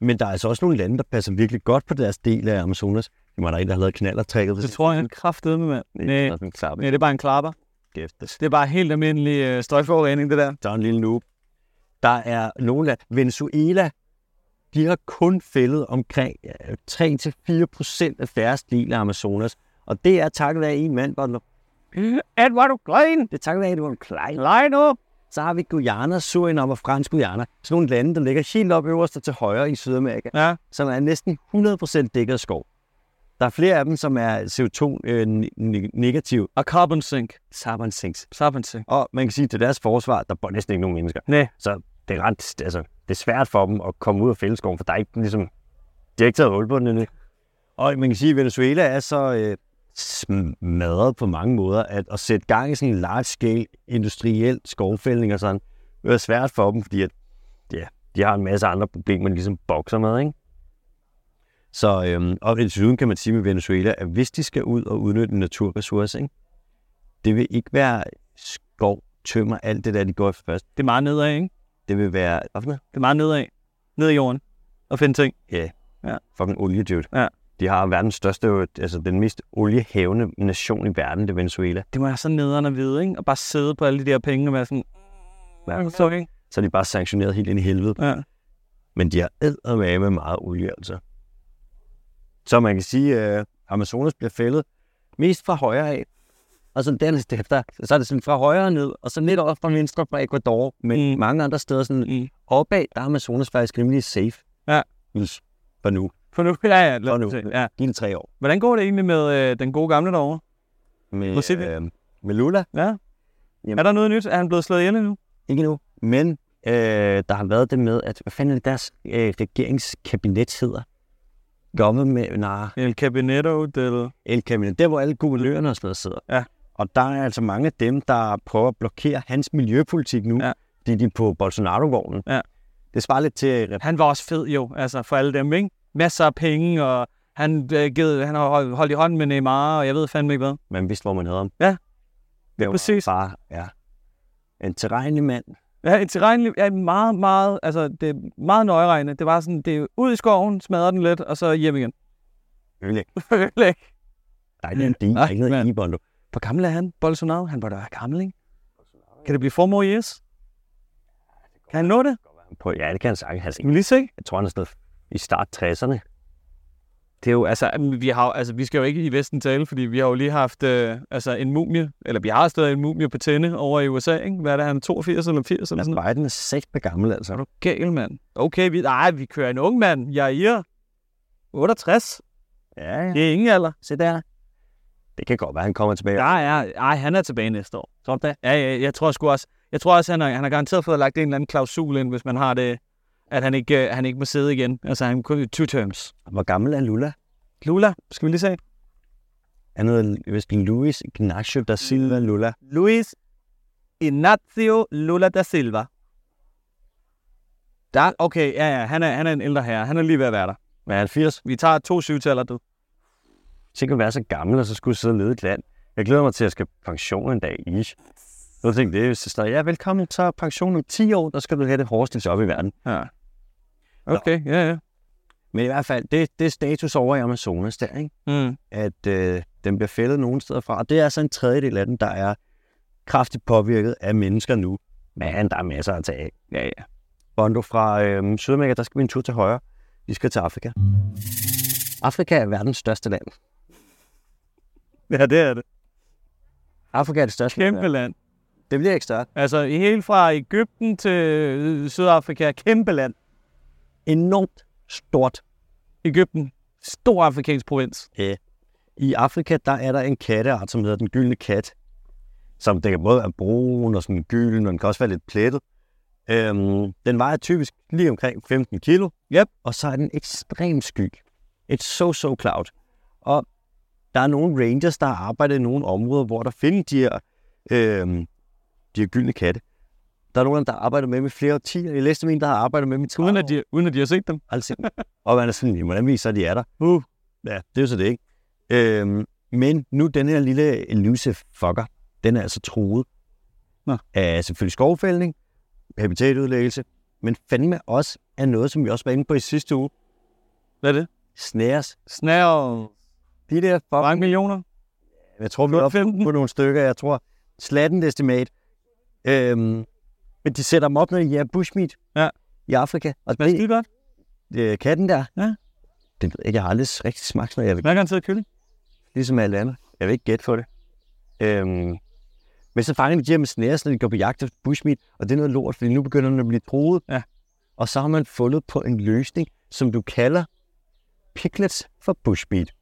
Men der er altså også nogle lande, der passer virkelig godt på deres del af Amazonas. Det var der en, der har lavet knallertrækket. Det tror jeg, han kraftede med, mand. Nej, Det er en klap, nej, det er bare en klapper. altså. Det er bare helt almindelig øh, støjforurening, det [laughs] der. Der er en lille noob. Der er nogle af Venezuela, de har kun fældet omkring øh, 3-4 procent af færrest del af Amazonas. Og det er takket af en mand, Butler. Eduardo Klein! Det er takket af, at det var en klein. Klein op! Så har vi Guyana, Surinam og Fransk Guyana. Sådan nogle lande, der ligger helt op øverst og til højre i Sydamerika, Ja, som er næsten 100% dækket af skov. Der er flere af dem, som er øh, CO2-negative. og carbon sink. Carbon sinks. Carbon sink. Og man kan sige, at til deres forsvar, der bor næsten ikke nogen mennesker. Nej. Så det er, ret, altså, det er svært for dem at komme ud af fælleskoven, for der er ikke ligesom, de har ikke taget hul på den endnu. Og man kan sige, at Venezuela er så øh, smadret på mange måder, at at sætte gang i sådan en large-scale industriel skovfældning og sådan, det er svært for dem, fordi at, ja, de har en masse andre problemer, de ligesom bokser med, ikke? Så øhm, og desuden kan man sige med Venezuela, at hvis de skal ud og udnytte en naturressource, ikke? det vil ikke være skov, tømmer, alt det der, de går efter først. Det er meget nedad, ikke? Det vil være hvad for noget? Det er meget nedad. Ned i jorden. Og finde ting. fucking olie, dude. Ja. De har verdens største, øh, altså den mest oliehævende nation i verden, det er Venezuela. Det må jeg så nederen at vide, ikke? Og bare sidde på alle de der penge og være sådan... Ja. Så, ikke? Så er de bare sanktioneret helt ind i helvede. Ja. Men de har eddermame med meget olie, altså. Så man kan sige, at øh, Amazonas bliver fældet mest fra højre af. Og så dernæst efter, så er det sådan fra højre ned, og så lidt op fra venstre fra Ecuador. Men Mm. mm. mange andre steder sådan Mm. opad, der er Amazonas faktisk rimelig safe. Ja. Yes. For nu. For nu, ja, ja, lad For os nu. se. ja. Dine tre år. Hvordan går det egentlig med øh, den gode gamle derovre? Med, Brasilien. øh, med Lula. Ja. Jamen. Er der noget nyt? Er han blevet slået ihjel endnu? Ikke nu. Men øh, der har været det med, at hvad fanden er det, deres øh, regeringskabinet hedder? Government, nej, El Cabinetto del... El Camino. Der, hvor alle guvernørerne og sådan noget sidder. Ja. Og der er altså mange af dem, der prøver at blokere hans miljøpolitik nu. Ja. Det er de på Bolsonaro-vognen. Ja. Det svarer lidt til... Han var også fed jo, altså for alle dem, ikke? Masser af penge, og han, øh, givet, han har holdt, holdt i hånden med Neymar, og jeg ved fandme ikke hvad. Man vidste, hvor man havde ham. Ja. Det var præcis. Bare, ja. En terrænlig mand. Ja, en tilregnelig, ja, meget, meget, altså det er meget nøjeregnende. Det var sådan, det er ud i skoven, smadrer den lidt, og så hjem igen. [laughs] Ølæg. Ødelæg. Der er ikke en din, der Nej, er ikke noget Ah, mand. i Bondo. Hvor gammel er han? Bolsonaro? Han bør da være gammel, ikke? Kan det blive four more years? Kan han nå det? På, ja, det kan han sagt. Altså, Skal vi lige se? jeg tror, han er sådan noget i start 60'erne. Mm. Det er jo, altså, jamen, vi, har, jo- altså, vi skal jo ikke i Vesten tale, fordi vi har jo lige haft øh, altså, en mumie, eller vi har stadig en mumie på tænde over i USA, ikke? Hvad er det, han er 82 eller 80 eller sådan noget? Altså, Biden er sæt gammel, altså. Er du gal, mand? Okay, vi, nej, vi kører en ung mand. Jeg er 68. Ja, ja. Det er ingen alder. Se der. Det kan godt være, han kommer tilbage. Der Ja. er, ej, han er tilbage næste år. Tror du det? Ja, ja, jeg tror sgu også. Jeg tror også, han har, han har garanteret fået lagt en eller anden klausul ind, hvis man har det, at han ikke, øh, han ikke må sidde igen. Altså, han kunne two terms. Hvor gammel er Lula? Lula, skal vi lige se? Han hedder vist Luis Ignacio da Silva Lula. Luis Ignacio Lula da Silva. Der, okay, ja, ja, han er, han er en ældre herre. Han er lige ved at være der. Hvad er han, 80? Vi tager to syvtaller, du. Tænk at være så gammel, og så skulle sidde og lede et land. Jeg glæder mig til, at jeg skal på pension en dag i. Så tænkte jeg, hvis det står, ja, velkommen, så er pension om 10 år, der skal du have det hårdeste job i verden. Ja. Okay, ja, ja. Men i hvert fald, det, det er status over i Amazonas der, ikke? Mm. at øh, den bliver fældet nogle steder fra. Og det er altså en tredjedel af den, der er kraftigt påvirket af mennesker nu. Men der er masser at tage af. Ja, ja. Bondo fra øh, Sydamerika, der skal vi en tur til højre. Vi skal til Afrika. Afrika er verdens største land. Ja, det er det. Afrika er det største Kæmpe land. land. Det bliver ikke større. Altså, i hele fra Ægypten til øh, Sydafrika. Kæmpe land. Enormt stort. Ægypten. Stor afrikansk provins. I Afrika, der er der en katteart, som hedder den gyldne kat. Som det kan både være brun og sådan gylden, og den kan også være lidt plettet. Øhm, den vejer typisk lige omkring 15 kilo. Yep. Og så er den ekstremt sky. Et so-so cloud. Og der er nogle rangers, der har arbejdet i nogle områder, hvor der findes de her, øhm, de her gyldne katte. Der er nogle af dem, der har arbejdet med dem i flere årtier. Jeg læste om en, der har arbejdet med dem i 30 Uden år. at de, uden at de har set dem. Altså, og man er sådan, "Jamen, hvordan viser de er der? Uh. Ja, det er jo så det ikke. Øhm, men nu den her lille elusive fucker, den er altså truet. Nå. Af selvfølgelig skovfældning, habitatudlæggelse, men fandme også af noget, som vi også var inde på i sidste uge. Hvad er det? Snæres. Snæret. De der Hvor fucking... mange millioner? Jeg tror, vi er oppe 15. på nogle stykker, jeg tror. Slatten estimat. Øhm, men de sætter dem op, når de er bushmeat Ja. i Afrika. Og Hvad er godt? øh, katten der, Ja. den ved jeg ikke, jeg har aldrig rigtig smagt, når jeg Hvad kan han kylling? ligesom alt andet. Jeg vil ikke gætte for det. Øhm, men så fanger de de her med snæres, når de går på jagt efter bushmeat, og det er noget lort, fordi nu begynder den at blive troet. Ja. Og så har man fundet på en løsning, som du kalder picklets for bushmeat.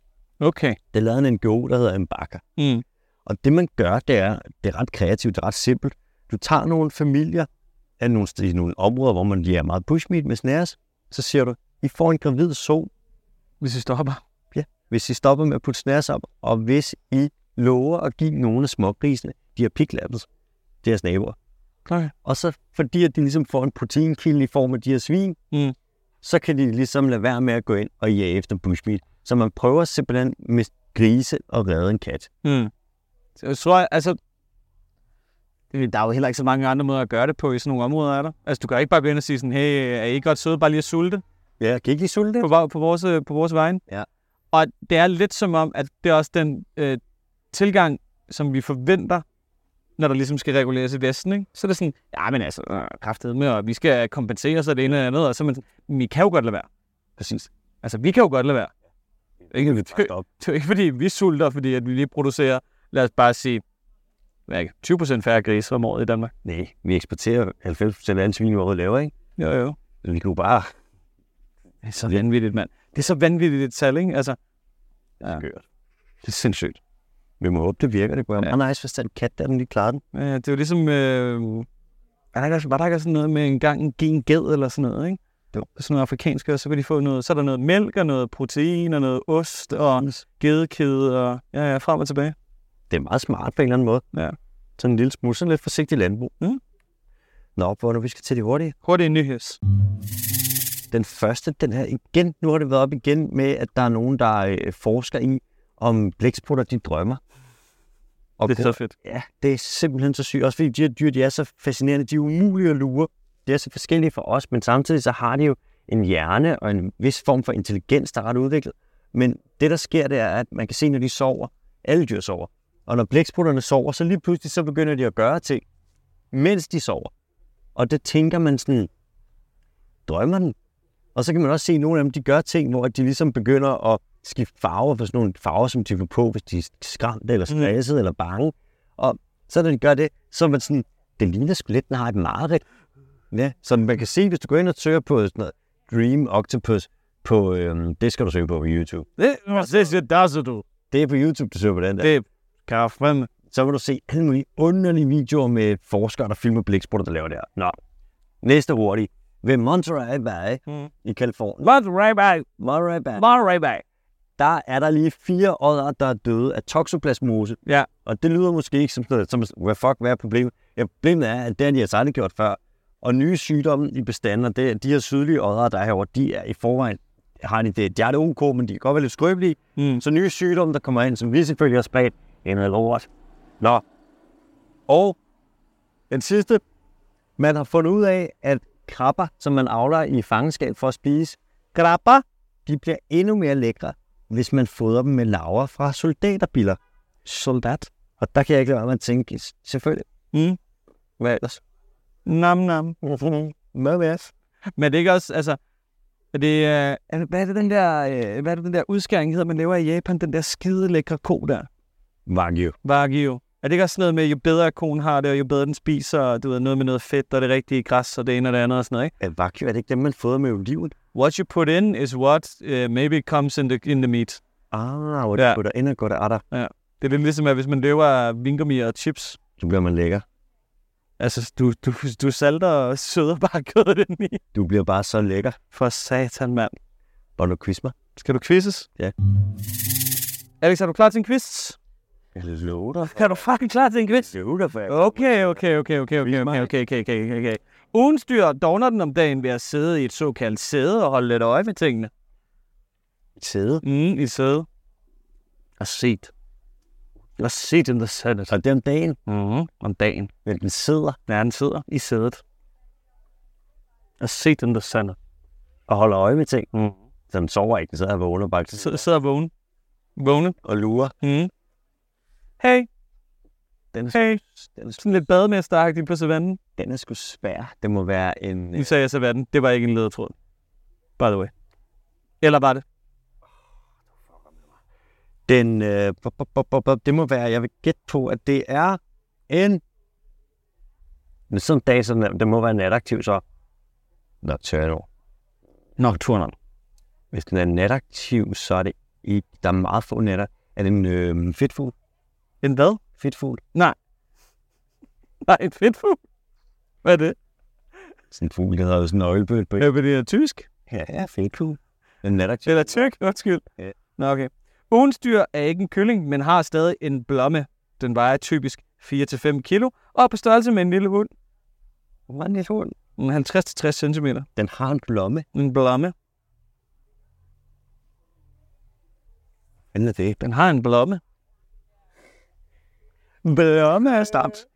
Okay. Det er lavet af en NGO, der hedder Embarker. Mm. Og det man gør, det er, det er ret kreativt, det er ret simpelt. Du tager nogle familier af nogle, steder, nogle områder, hvor man lige er meget bushmeat med snæres, så siger du, I får en gravid so, Hvis vi stopper. hvis I stopper med at putte snærs op, og hvis I lover at give nogle af smågrisene, de her piklappels, deres naboer. Okay. Og så fordi at de ligesom får en proteinkilde i form af de her svin, Mm. så kan de ligesom lade være med at gå ind og jage efter bushmeat. Så man prøver simpelthen med grise at redde en kat. Mm. Så jeg tror, altså... det- Der er jo heller ikke så mange andre måder at gøre det på i sådan nogle områder, er der? Altså, du kan ikke bare gå ind og sige sådan, hey, er I ikke godt søde, bare lige at sulte Ja, kan I ikke lige sulte på, det? vo- på, vores, øh, på vores vejen? Ja. Og det er lidt som om, at det er også den øh, tilgang, som vi forventer, når der ligesom skal reguleres i Vesten, ikke? Så er det sådan, ja, men altså, øh, kraftedet med, og vi skal kompensere så det ene eller andet, og så er man sådan, "Men vi kan jo godt lade være. Præcis. Altså, vi kan jo godt lade være. Ikke, vi fucked Det er jo ikke, fordi vi sulter, fordi at vi lige producerer, lad os bare sige, hvad er det, 20% færre grise om året i Danmark. Nej, vi eksporterer 90% af alle svin, vi overhovedet laver, ikke? Jo, jo. Vi kunne bare... Det er så vanvittigt, mand. Det er så vanvittigt et tal, ikke? Altså, Ja. Skørt. det er sindssygt. Vi må håbe, det virker. Det kunne være Ja. ja. meget nice, hvis den kat der, den lige klarer den. Øh, det er jo ligesom, øh, var, der ikke også, var der ikke også sådan noget med en gang en gen ged eller sådan noget, ikke? Jo. Sådan noget afrikansk, og så kan de få noget, så er der noget mælk og noget protein og noget ost og gedekæde og ja, ja, frem og tilbage. det er meget smart på en eller anden måde. Ja. Sådan en lille smule, sådan lidt forsigtig landbrug. Mm. Ja. Nå, hvor nu vi skal til det hurtige. Hurtigt en nyheds. Den første, den her igen, nu har det været op igen med, at der er nogen, der øh, forsker i, om blæksprutter, de drømmer. Og Det er så fedt. Ja, det er simpelthen så sygt. Også fordi de her dyr, de er så fascinerende. De er umulige at lure. De er så forskellige fra os, men samtidig så har de jo en hjerne og en vis form for intelligens, der er ret udviklet. Men det, der sker, det er, at man kan se, når de sover, alle dyr sover. Og når blæksprutterne sover, så lige pludselig så begynder de at gøre ting, mens de sover. Og det tænker man sådan, drømmer den? Og så kan man også se, at nogle af dem, de gør ting, hvor de ligesom begynder at skifte farver for sådan nogle farver, som de får på, hvis de er skræmte eller stressede eller bange. Og så når de gør det, så er man sådan, det ligner sgu lidt, den har et mareridt. Ja, så man kan se, hvis du går ind og søger på sådan noget Dream Octopus, på, øhm, det skal du søge på på YouTube. Det, det, det, der så du. Det er på YouTube, du søger på den der. Det kan jeg fremme. Så vil du se alle mulige underlige videoer med forskere, der filmer blæksprutter, der laver det her. Nå, næste hurtigt. Ved Monterey Bay Mm. i Kalifornien. Monterey Bay, Monterey Bay. Monterey Bay. der er der lige fire ådder, der er døde af toxoplasmose. Ja. Og det lyder måske ikke som, sådan noget, som hvad fuck, hvad er problemet? Ja, problemet er, at det har de altså aldrig gjort før. Og nye sygdomme i bestanden, og det, de her sydlige ådder, der er herovre, de er i forvejen, har de det, de har det ok, men de kan godt være lidt skrøbelige. Mm. Så nye sygdomme, der kommer ind, som vi selvfølgelig har spredt, det er noget lort. Nå. Og den sidste, man har fundet ud af, at krabber, som man avler i fangenskab for at spise, krabber, de bliver endnu mere lækre, hvis man fodrer dem med laver fra soldaterbiller. Soldat. Og der kan jeg ikke lade være med at tænke, s- selvfølgelig. Mm. Hvad ellers? Nam, nam. [laughs] Hvad med os? Men er det ikke også, altså... Er det, øh, er det- hvad er det den der, øh, hvad er det den der udskæring hedder, man laver i Japan? Den der skide lækre ko der. Wagyu. Wagyu. Er det ikke også sådan noget med, jo bedre konen har det, og jo bedre den spiser, og du ved, noget med noget fedt, og det rigtige græs, og det ene og det andet og sådan noget, ikke? Er Wagyu, er det ikke dem, man fodrer med oliven? What you put in is what uh, maybe comes in the, in the meat. Ah, hvor Ja. det putter ind og går der der. Det er lidt ligesom, at hvis man løber vingummi og chips, Så bliver man lækker. altså du, du, du salter og søder bare [laughs] kødet ind i. Du bliver bare så lækker. For satan, mand. Hvor du quiz mig. Skal du quizzes? Ja. Alex, er du klar til en quiz? Jeg lover dig. [laughs] Er du fucking klar til en quiz? Jeg lover dig, for jeg Okay, okay, okay, okay, okay, okay, okay, okay, okay, okay, okay. Ugens dyr dogner den om dagen ved at sidde i et såkaldt sæde og holde lidt øje med tingene. sidde Mm, i et sæde. og set. Og set in the Senate. Og den dagen, Mm, om dagen. men den sidder Ja, han sidder i sædet. Og set in the Senate. og holder øje med ting. Mm. Så den sover ikke, den sidder og vågner bare Sidder, sidder vågen. Vågne. og lurer. Mm. Hey, Den er, hey. den er, Sådan lidt bademesteragtigt på savannen. den er sgu svær. Det må være en... øh, Nu sagde jeg savannen. Det var ikke en ledetråd. By the way. Eller var det? Den, øh, bu- bu- bu- bu- bu- det må være, jeg vil gætte på, at det er en... Men sådan en dag, så den, den må være nataktiv, så... Nocturnal. Nocturnal. Hvis den er nataktiv, så er det ikke... Der er meget få nætter. Er det en øh, fedtfugl? En hvad? Fedtfugl? Nej, en fedtfugl. Hvad er det? Sådan en fugl, der hedder jo sådan en øjlbøl på. Ja, men det er tysk. Ja, ja fedtfugl. Den er nataktiv. Eller tyk, undskyld. Ja. Nå, okay. Ugens dyr er ikke en kylling, men har stadig en blomme. Den vejer typisk 4-5 kilo, og er på størrelse med en lille hund. Hvor er den et hund? En 50-60 cm. Den har en blomme. En blomme. Hvad er det? Den har en blomme. Blomme er stamt.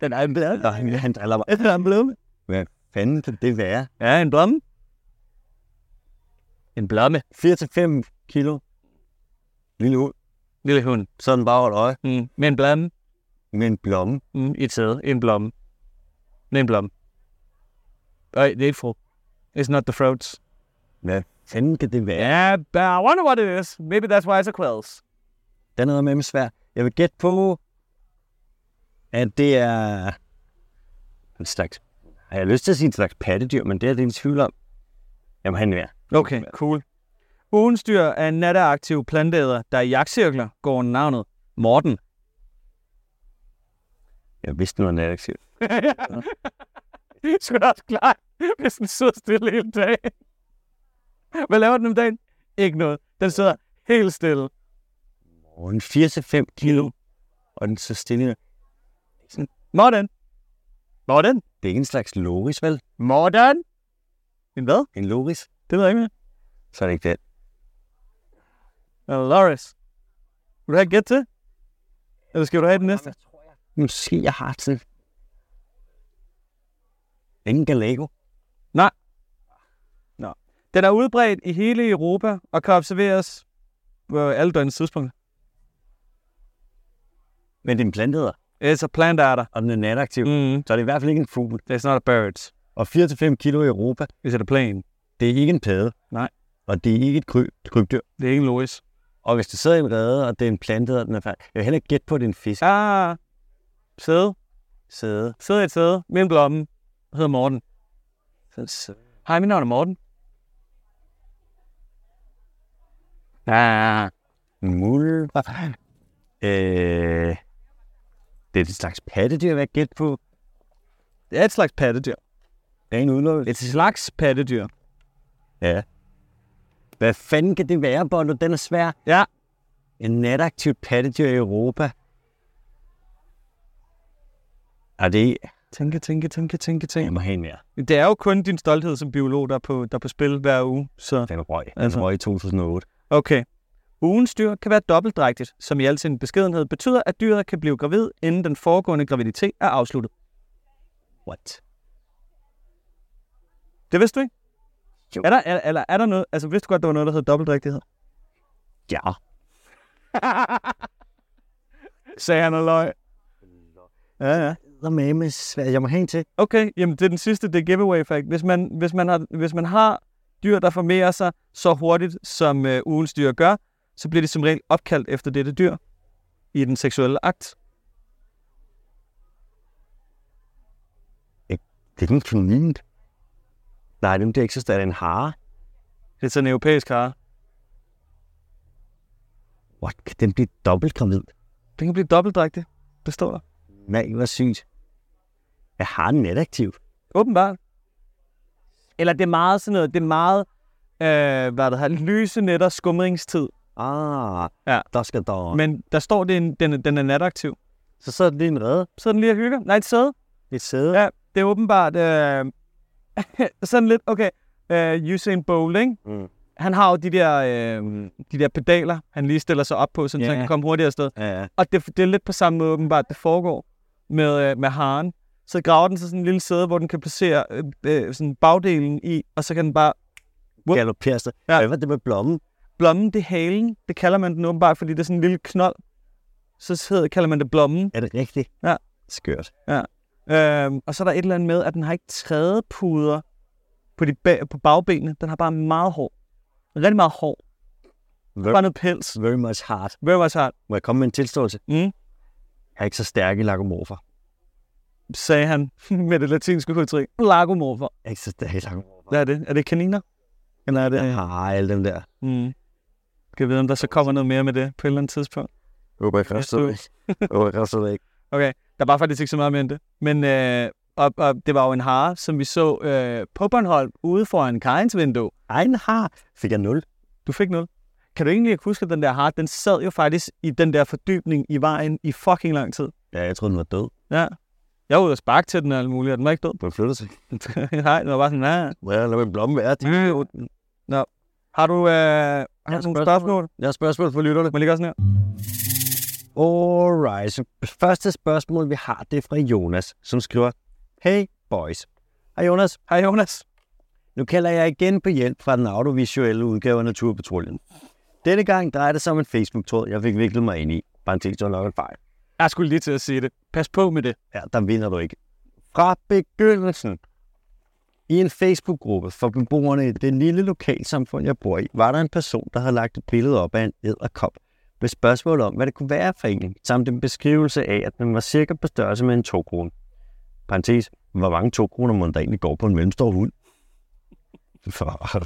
Den er en blomme. Nå, han, han driller mig. Den er en blomme. Hvad fanden kan det være? Ja, en blomme. En blomme. 4-5 kilo. Lille hund. Lille hund. Sådan bare holdt øje Mm. Med en blomme. med en blomme. Mm. I et sæde. En blomme. Med en blomme. Nej, det er ikke frugt. It's not the fruits. Hvad fanden kan det være? Yeah, but I wonder what it is. Maybe that's why it's a quills. Den er med svær. Jeg vil gætte på, at det er en slags... Har jeg lyst til at sige en slags pattedyr, men det er det en tvivl om. Jamen, han er. Okay, cool. Ugens dyr er en natteaktiv planteæder, der i jagtcirkler går under navnet Morten. Jeg vidste, den var nataktiv. Det er [laughs] sgu da også klart, hvis den sidder stille hele dagen. Hvad laver den om dagen? Ikke noget. Den sidder helt stille. Og en 4-5 kilo. Og den så stille. Morten. Morten. Det er ikke en slags loris, vel? Morten. En hvad? En loris? Det ved jeg ikke mere. Så er det ikke det. Eller Loris. Vil du have et gæt til? Eller skal du have den næste? Måske jeg har sådan... Ingen galago. Den er udbredt i hele Europa og kan observeres på alle døgnets tidspunkter. Men det er en planteæder, It's a plant adder. og den er nataktiv. Mm. Mm, Så er det i hvert fald ikke en fugl. it's not a bird. Og 4-5 kilo i Europa, It's a plane. det er ikke en pæde. Nej. Og det er ikke et kryb, krybdyr. Det er ikke en lois. Og hvis det sidder i en rede, og det er en planteæder, den er færdig. Jeg vil heller ikke gætte på, at det er en fisk. Ah, sæde. Sæde. Sæde i et sæde. Min blomme. Jeg hedder Morten. Så- så- Hej, mit navn er Morten. Ah, Muld. Øh, det er et slags pattedyr, jeg vil gætte på. det er et slags pattedyr. Det er en udelukkelse. Et slags pattedyr. Ja. Hvad fanden kan det være, Bondo? Den er svær. Ja. En nataktiv pattedyr i Europa. Er det... Tænke, tænke, tænke, tænke, Jeg tænke. må have en mere. Det er jo kun din stolthed som biolog, der er på, der er på spil hver uge. Så. Den røg. Den Altså. altså. røg i 2008. Okay. Ugens dyr kan være dobbeltdrægtigt, som i al sin beskedenhed betyder, at dyret kan blive gravid, inden den foregående graviditet er afsluttet. What? Det vidste du ikke? Jo. Er der, er, eller er der noget, altså vidste du godt, der var noget, der hed dobbeltdrægtighed? Ja. Sagde han og løg. Ja, ja. Eddermame svært. Jeg må have en til. Okay, jamen det er den sidste, det er giveaway fact. Hvis man, hvis man, har, hvis man har dyr, der formerer sig så hurtigt, som øh, ugens dyr gør, så bliver de som regel opkaldt efter dette dyr i den seksuelle akt. Det er den kanin. Nej, den der eksisterer en hare. Det er sådan en europæisk hare. What? Kan den blive dobbelt gravid? Den kan blive dobbeltdrægtig. Det står der. Nej, hvor sygt. Jeg har en nataktiv. Åbenbart. Eller det er meget sådan noget, det er meget, øh, hvad der her, lyse netter skumringstid. Ah, Ja. der skal der... Men der står, det er en, den, den er nataktiv. Så så er det lige en redde. Så er den lige og hygger. Nej, et sæde. Lidt sæde. Ja, det er åbenbart øh, [laughs] sådan lidt, okay, øh, Usain Bolt, ikke? Mm. han har jo de der, øh, de der pedaler, han lige stiller sig op på, sådan, yeah. så Ja. han kan komme hurtigere afsted. Ja. Og det, det er lidt på samme måde åbenbart, det foregår med, øh, med haren. Så graver den så sådan en lille sæde, hvor den kan placere øh, øh, sådan bagdelen i, og så kan den bare Wup. Galopperer sig. Ja. Ja. Hvad var det med blommen? blommen, det er halen. Det kalder man den åbenbart, fordi det er sådan en lille knold. Så hedder, kalder man det blommen. Er det rigtigt? Ja. Skørt. Øhm, og så er der et eller andet med, at den har ikke trædepuder på, de bag, på bagbenene. Den har bare meget hår. Rigtig meget hår. Very, Bare noget pels. very much hard. Very much hard, Må jeg komme med en tilståelse? Mm. Jeg er ikke så stærk i lagomorfer. sagde han [laughs] med det latinske udtryk. Lagomorfer. Jeg er ikke så stærk i lagomorfer. Hvad er det? Er det kaniner? Eller er det... Jeg har alle dem der. Mm. Skal jeg vide, om der så kommer noget mere med det på et eller andet tidspunkt? Håber jeg resten af det Håber jeg resten ikke. Der var faktisk ikke så meget med det. Men øh, og, og, det var jo en hare, som vi så øh, på Bornholm ude foran Karins vindue. Ej, en har. Fik jeg 0? Du fik noget. Kan du egentlig ikke huske, at den der hare, den sad jo faktisk i den der fordybning i vejen i fucking lang tid. Ja, jeg troede, den var død. Ja. Jeg var ude og sparke til den og alt muligt, og den var ikke død. [laughs] Den flyttede sig. Nej, den var bare sådan, nej. Må jeg lade min blomme være? Mm. De... Nå. Har du, øh, har du nogle spørgsmål. spørgsmål? Jeg har spørgsmål for lytterne. Må jeg ligge også sådan her? Alright, så første spørgsmål, vi har, det er fra Jonas, som skriver, Hey boys. Hej Jonas, Hej Jonas. nu kalder jeg igen på hjælp fra den audiovisuelle udgave af Naturpatruljen. Denne gang drejer det sig om en Facebook-tråd, jeg fik viklet mig ind i. Parenthes, det var nok en fejl. Jeg skulle lige til at sige det. Pas på med det. Ja, der vinder du ikke. Fra begyndelsen i en Facebook-gruppe for beboerne i det lille lokalsamfund, jeg bor i, var der en person, der havde lagt et billede op af en æderkop med spørgsmål om, hvad det kunne være for en, samt en beskrivelse af, at den var cirka på størrelse med en 2 krone. Parenthes, hvor mange 2 kroner må der egentlig går på en mellemstor hund? [laughs] For-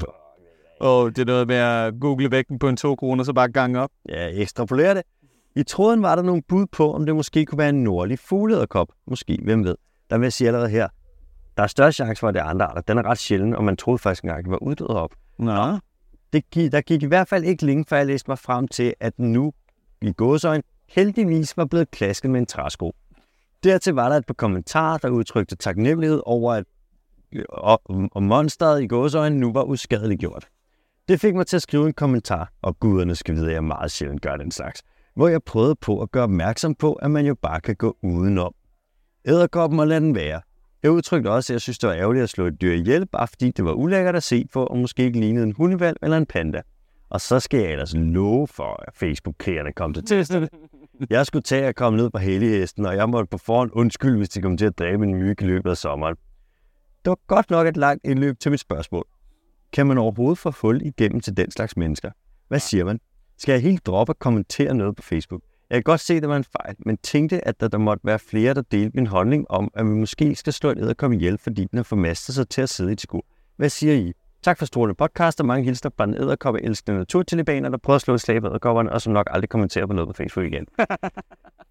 Åh, oh, det er noget med at google vægten på en 2 kroner, så bare gange op. Ja, ekstrapolere det. I tråden var der nogle bud på, om det måske kunne være en nordlig fuglederkop. Måske, hvem ved. Der vil jeg sige allerede her, der er større chance for, at det er andre arter. Den er ret sjælden, og man troede faktisk engang, at den var uddød op. Nå. Det gik, der gik i hvert fald ikke længe, før jeg læste mig frem til, at den nu i gåsøjne heldigvis var blevet klasket med en træsko. Dertil var der et par kommentarer, der udtrykte taknemmelighed over, at øh, og, og monsteret i gåsøjne nu var uskadeligt gjort. Det fik mig til at skrive en kommentar, og guderne skal vide, at jeg meget sjældent gør den slags, hvor jeg prøvede på at gøre opmærksom på, at man jo bare kan gå udenom. Æderkoppen og lad den være. Jeg udtrykte også, at jeg synes, det var ærgerligt at slå et dyr ihjel, bare fordi det var ulækkert at se på, og måske ikke lignede en hundevalg eller en panda. Og så skal jeg ellers love for, at Facebook-kærerne kom til Testet. jeg skulle tage at komme ned på helgehesten, og jeg måtte på forhånd undskylde, hvis de kom til at dræbe en myg i løbet af sommeren. Det var godt nok et langt indløb til mit spørgsmål. Kan man overhovedet få hul igennem til den slags mennesker? Hvad siger man? Skal jeg helt droppe at kommentere noget på Facebook? Jeg kan godt se, at det var en fejl, men tænkte, at der, der måtte være flere, der delte min holdning om, at vi måske skal slå ned og komme ihjel, fordi den har formastet sig til at sidde i et skur. Hvad siger I? Tak for strålende podcast, og mange hilsner fra en æderkoppe elskende naturtalibaner, der prøver at slå et slag på æderkopperne, og som nok aldrig kommenterer på noget på Facebook igen.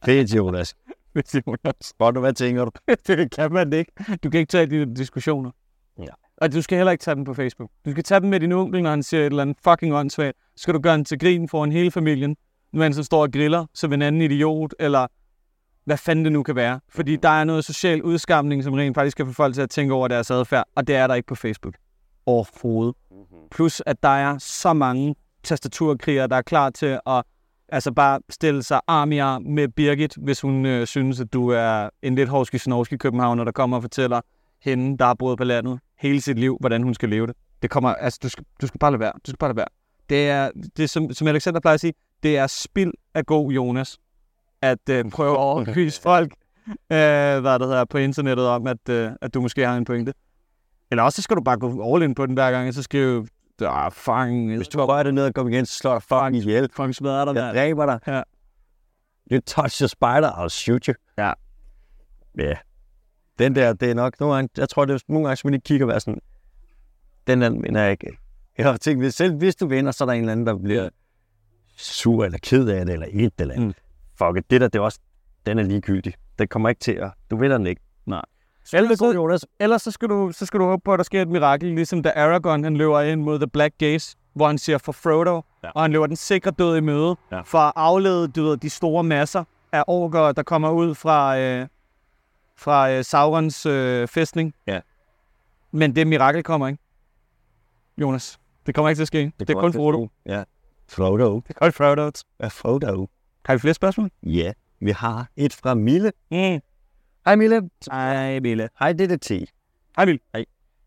Fedt, Jonas. [laughs] Hvis Jonas. Godt, hvad tænker du? [laughs] det kan man ikke. Du kan ikke tage de diskussioner. Nej. Og du skal heller ikke tage dem på Facebook. Du skal tage dem med din onkel, når han siger et eller andet fucking åndssvagt. Så skal du gøre den til grin foran hele familien, mens han står og griller som en anden idiot, eller hvad fanden det nu kan være. Fordi der er noget social udskamning, som rent faktisk kan få folk til at tænke over deres adfærd, og det er der ikke på Facebook. Overhovedet. Plus, at der er så mange tastaturkrigere, der er klar til at altså bare stille sig arm i arm med Birgit, hvis hun øh, synes, at du er en lidt hårdske snorske københavner, der kommer og fortæller hende, der har boet på landet hele sit liv, hvordan hun skal leve det. Det kommer, altså, du skal, du skal bare lade være. Du skal bare lade være. Det er, det er som, som Alexander plejer at sige, det er spild af god Jonas, at øh, prøve at overbevise folk, øh, hvad det hedder, på internettet om, at, øh, at du måske har en pointe. Eller også så skal du bare gå all in på den hver gang, og så skrive, ah, fang, Hvis du rører det ned og kommer igen, så slår jeg fucking ihjel. fang smadrer dig, Jeg mand. dræber dig. Ja. You touch the spider, I'll shoot you. Ja. Ja. Den der, det er nok nogle gange, jeg tror, det er nogle gange, som man ikke kigger og være sådan, den der mener jeg ikke. Jeg har tænkt, hvis selv hvis du vinder, så er der en eller anden, der bliver sur eller ked af det, eller et eller andet. Mm. Mm. Fuck it, det der, det er også, den er ligegyldig. Den kommer ikke til at, du vinder den ikke. Ellers, så- Jonas. ellers så, skal du, så skal du håbe på, at der sker et mirakel, ligesom da Aragorn han løber ind mod The Black Gates, hvor han siger for Frodo, ja. Ja. og han løber den sikre død i møde, ja. Ja. for at aflede du ved, de store masser af orker, der kommer ud fra, øh, fra øh, Saurons øh, fæstning. Ja. Men det mirakel kommer ikke. Jonas, det kommer ikke til at ske. Det, det er kommer kun til at Frodo. Ja. Frodo. Det er kun Frodo. Ja, Frodo. Har vi flere spørgsmål? Ja, vi har et fra Mille. Mm. Hej Mille. Ej, Mille. Hej, det er T. Hej, Mille.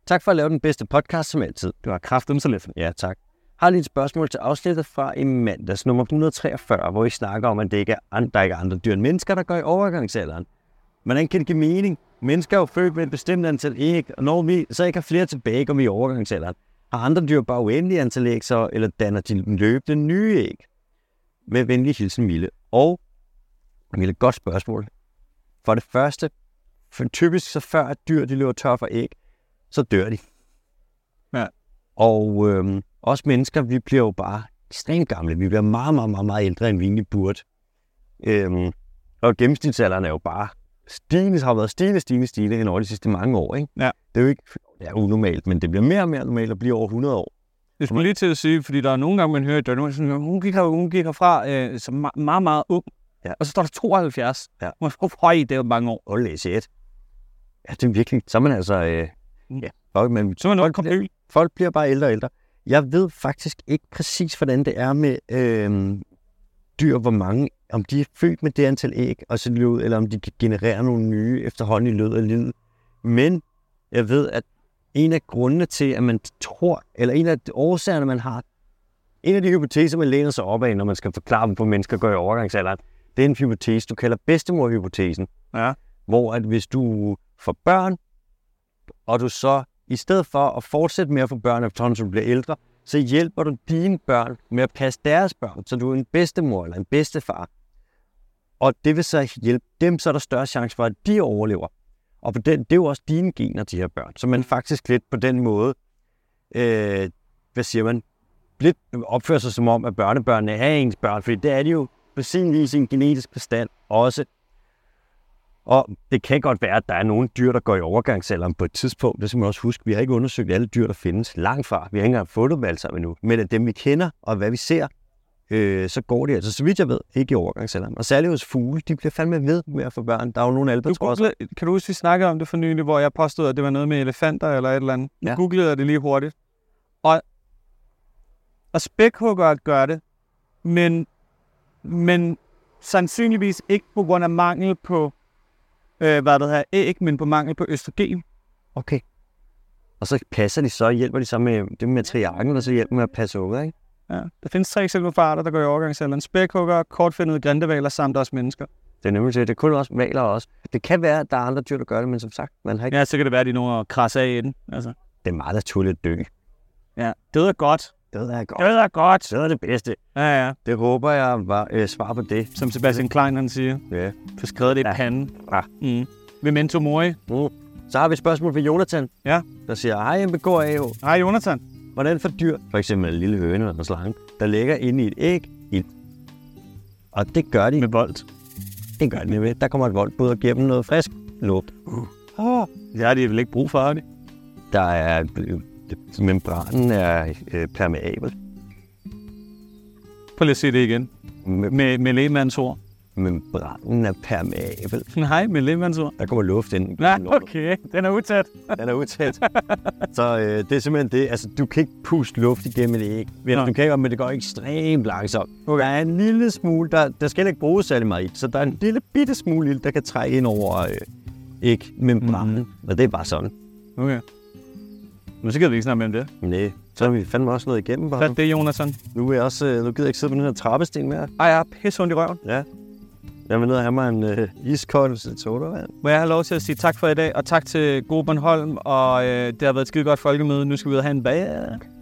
Tak for at lave den bedste podcast som altid. Du har kraftet så lidt. Ja, tak. Har lige et spørgsmål til afsnittet fra i mandags nummer 143, hvor I snakker om, at det ikke er andre, der ikke er andre dyr end mennesker, der går i overgangsalderen. Hvordan kan det give mening? Mennesker er jo født med et bestemt antal æg, og når vi så ikke har flere tilbage, går vi i overgangsalderen. Har andre dyr bare uendelige antal æg, så, eller danner de løbende nye æg? Med venlig hilsen, Mille. Og, Mille, godt spørgsmål. For det første, for typisk så før at dyr de løber tør for æg, så dør de. Og øhm, os mennesker, vi bliver jo bare ekstremt gamle. Vi bliver meget, meget, meget, meget ældre, end vi egentlig burde. Øhm, og gennemsnitsalderen er jo bare stigende, har været stigende, stigende, stigende hen over de sidste mange år. Ikke? Ja. Det er jo ikke det er unormalt, men det bliver mere og mere normalt at blive over 100 år. Jeg skulle lige til at sige, fordi der er nogle gange, man hører, at der er nogen, der siger, hun gik, her, hun gik herfra øh, som meget, meget, meget ung. Ja. Og så står der 72. Ja. Man skal, høj, det er jo mange år. Og læse et. Ja, det er virkelig. Så er man altså... Øh, Mm. ja, fuck, man, Så er man nok Folk kommet bliver- øl. folk bliver bare ældre og ældre. Jeg ved faktisk ikke præcis, hvordan det er med øh, dyr, hvor mange, om de er født med det antal æg, og så lød, eller om de kan generere nogle nye efterhånden i lød og lid. Men jeg ved, at en af grundene til, at man tror, eller en af årsagerne, man har, en af de hypoteser, man læner sig op af, når man skal forklare, hvorfor mennesker går i overgangsalderen, det er en hypotese, du kalder bedstemorhypotesen. Ja. Hvor at hvis du får børn, og du så, i stedet for at fortsætte med at få børn, efterhånden som du bliver ældre, så hjælper du dine børn med at passe deres børn, så du er en bedstemor eller en bedstefar. Og det vil så hjælpe dem, så er der større chance for, at de overlever. Og på den, det er jo også dine gener, de her børn. Så man faktisk lidt på den måde, øh, hvad siger man, lidt opfører sig som om, at børnebørnene er ens børn, fordi det er de jo på sin vis i en genetisk bestand også. Og det kan godt være, at der er nogle dyr, der går i overgangsalderen på et tidspunkt. Det skal man også huske. Vi har ikke undersøgt alle dyr, der findes langt fra. Vi har ikke engang fundet dem alle sammen endnu. Men af dem, vi kender og hvad vi ser, øh, så går det altså, så vidt jeg ved, ikke i overgangsalderen. Og særligt hos fugle, de bliver fandme ved med at få børn. Der er jo nogle af dem, der Du tror også, googlede, kan du huske, vi snakkede om det for nylig, hvor jeg påstod, at det var noget med elefanter eller et eller andet. Nu Ja. googlede jeg det lige hurtigt. Og, og spækhugger gør det, men, men sandsynligvis ikke på grund af mangel på, øh, hvad det her, æg, men på mangel på østrogen. okay. Og så passer de så, og hjælper de så med det med triangen, og så hjælper med at passe unger, ikke? Ja. Der findes tre eksempler på arter, der går i overgangsalderen. Spækhugger, kortfindede grindevaler samt også mennesker. Det er nemlig det. Det er kun også maler også. Det kan være, at der er andre dyr, der gør det, men som sagt, man har ikke... Ja. Ja, så kan det være, at de er nogen at krasse af i den. Altså. Det er meget naturligt at dø. Ja. Det er godt. Det er godt. Det er godt. Det er det bedste. Ja, ja. Det håber jeg var øh, svar på det. Som Sebastian Klein han siger. Ja. Få skrevet det i panden. Ja. Mm. Memento mori. Mm. Så har vi et spørgsmål fra Jonathan. Ja. Der siger, hej MBK AO. Hej, Jonathan. Hvordan får dyr, for eksempel en lille høne eller en slange, der ligger inde i et æg, ild? Og det gør de. Med voldt. Det gør de nemlig. Der kommer et voldbud og giver dem noget frisk luft. Uh. Oh. Det har de vel ikke brug for, har de? Der er, øh, membranen er øh, permeabel. Prøv lige at se det igen. Mem- Med, med lægemands ord. membranen er permeabel. [laughs] Nej, med lægemands ord. Der kommer luft ind. Nej, okay. Den er utæt. Den er utæt. så øh, det er simpelthen det. Altså, du kan ikke puste luft igennem et æg. Men Nej. Du kan, men det går ekstremt langsomt. Okay. Der er en lille smule, der, der skal ikke bruges særlig meget ild, så der er en lille bitte smule ild, der kan trække ind over øh, ægmembranen. Mm. Og det er bare sådan. Okay. Men så gider vi ikke snakke mere om det. Næ, øh, så har vi fandme også noget igennem. Så Bare. er det, Jonathan. Nu, er jeg også, øh, nu gider jeg ikke sidde på den her trappesten mere. Ej, jeg har pisse ondt i røven. Ja. Jeg vil ned og have mig en øh, iskold sodavand. Må jeg have lov til at sige tak for i dag, og tak til gode Bornholm, og øh, det har været et skide godt folkemøde. Nu skal vi ud og have en bag.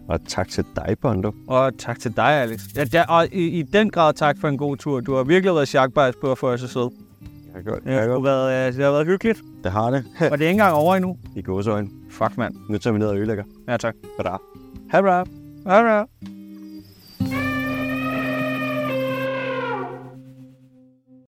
Og tak til dig, Bondo. Og tak til dig, Alex. Ja, der, og i, i, den grad tak for en god tur. Du har virkelig været sjakbejs på at få os så sød. Jeg kan godt. Det har, sgu været, øh, det har været hyggeligt, Det har det. og det er ikke engang over endnu. I gåsøjne. Fuck, mand. Nu tager vi ned og ødelægger. Ja, tak. Hurra. Hurra. Hurra.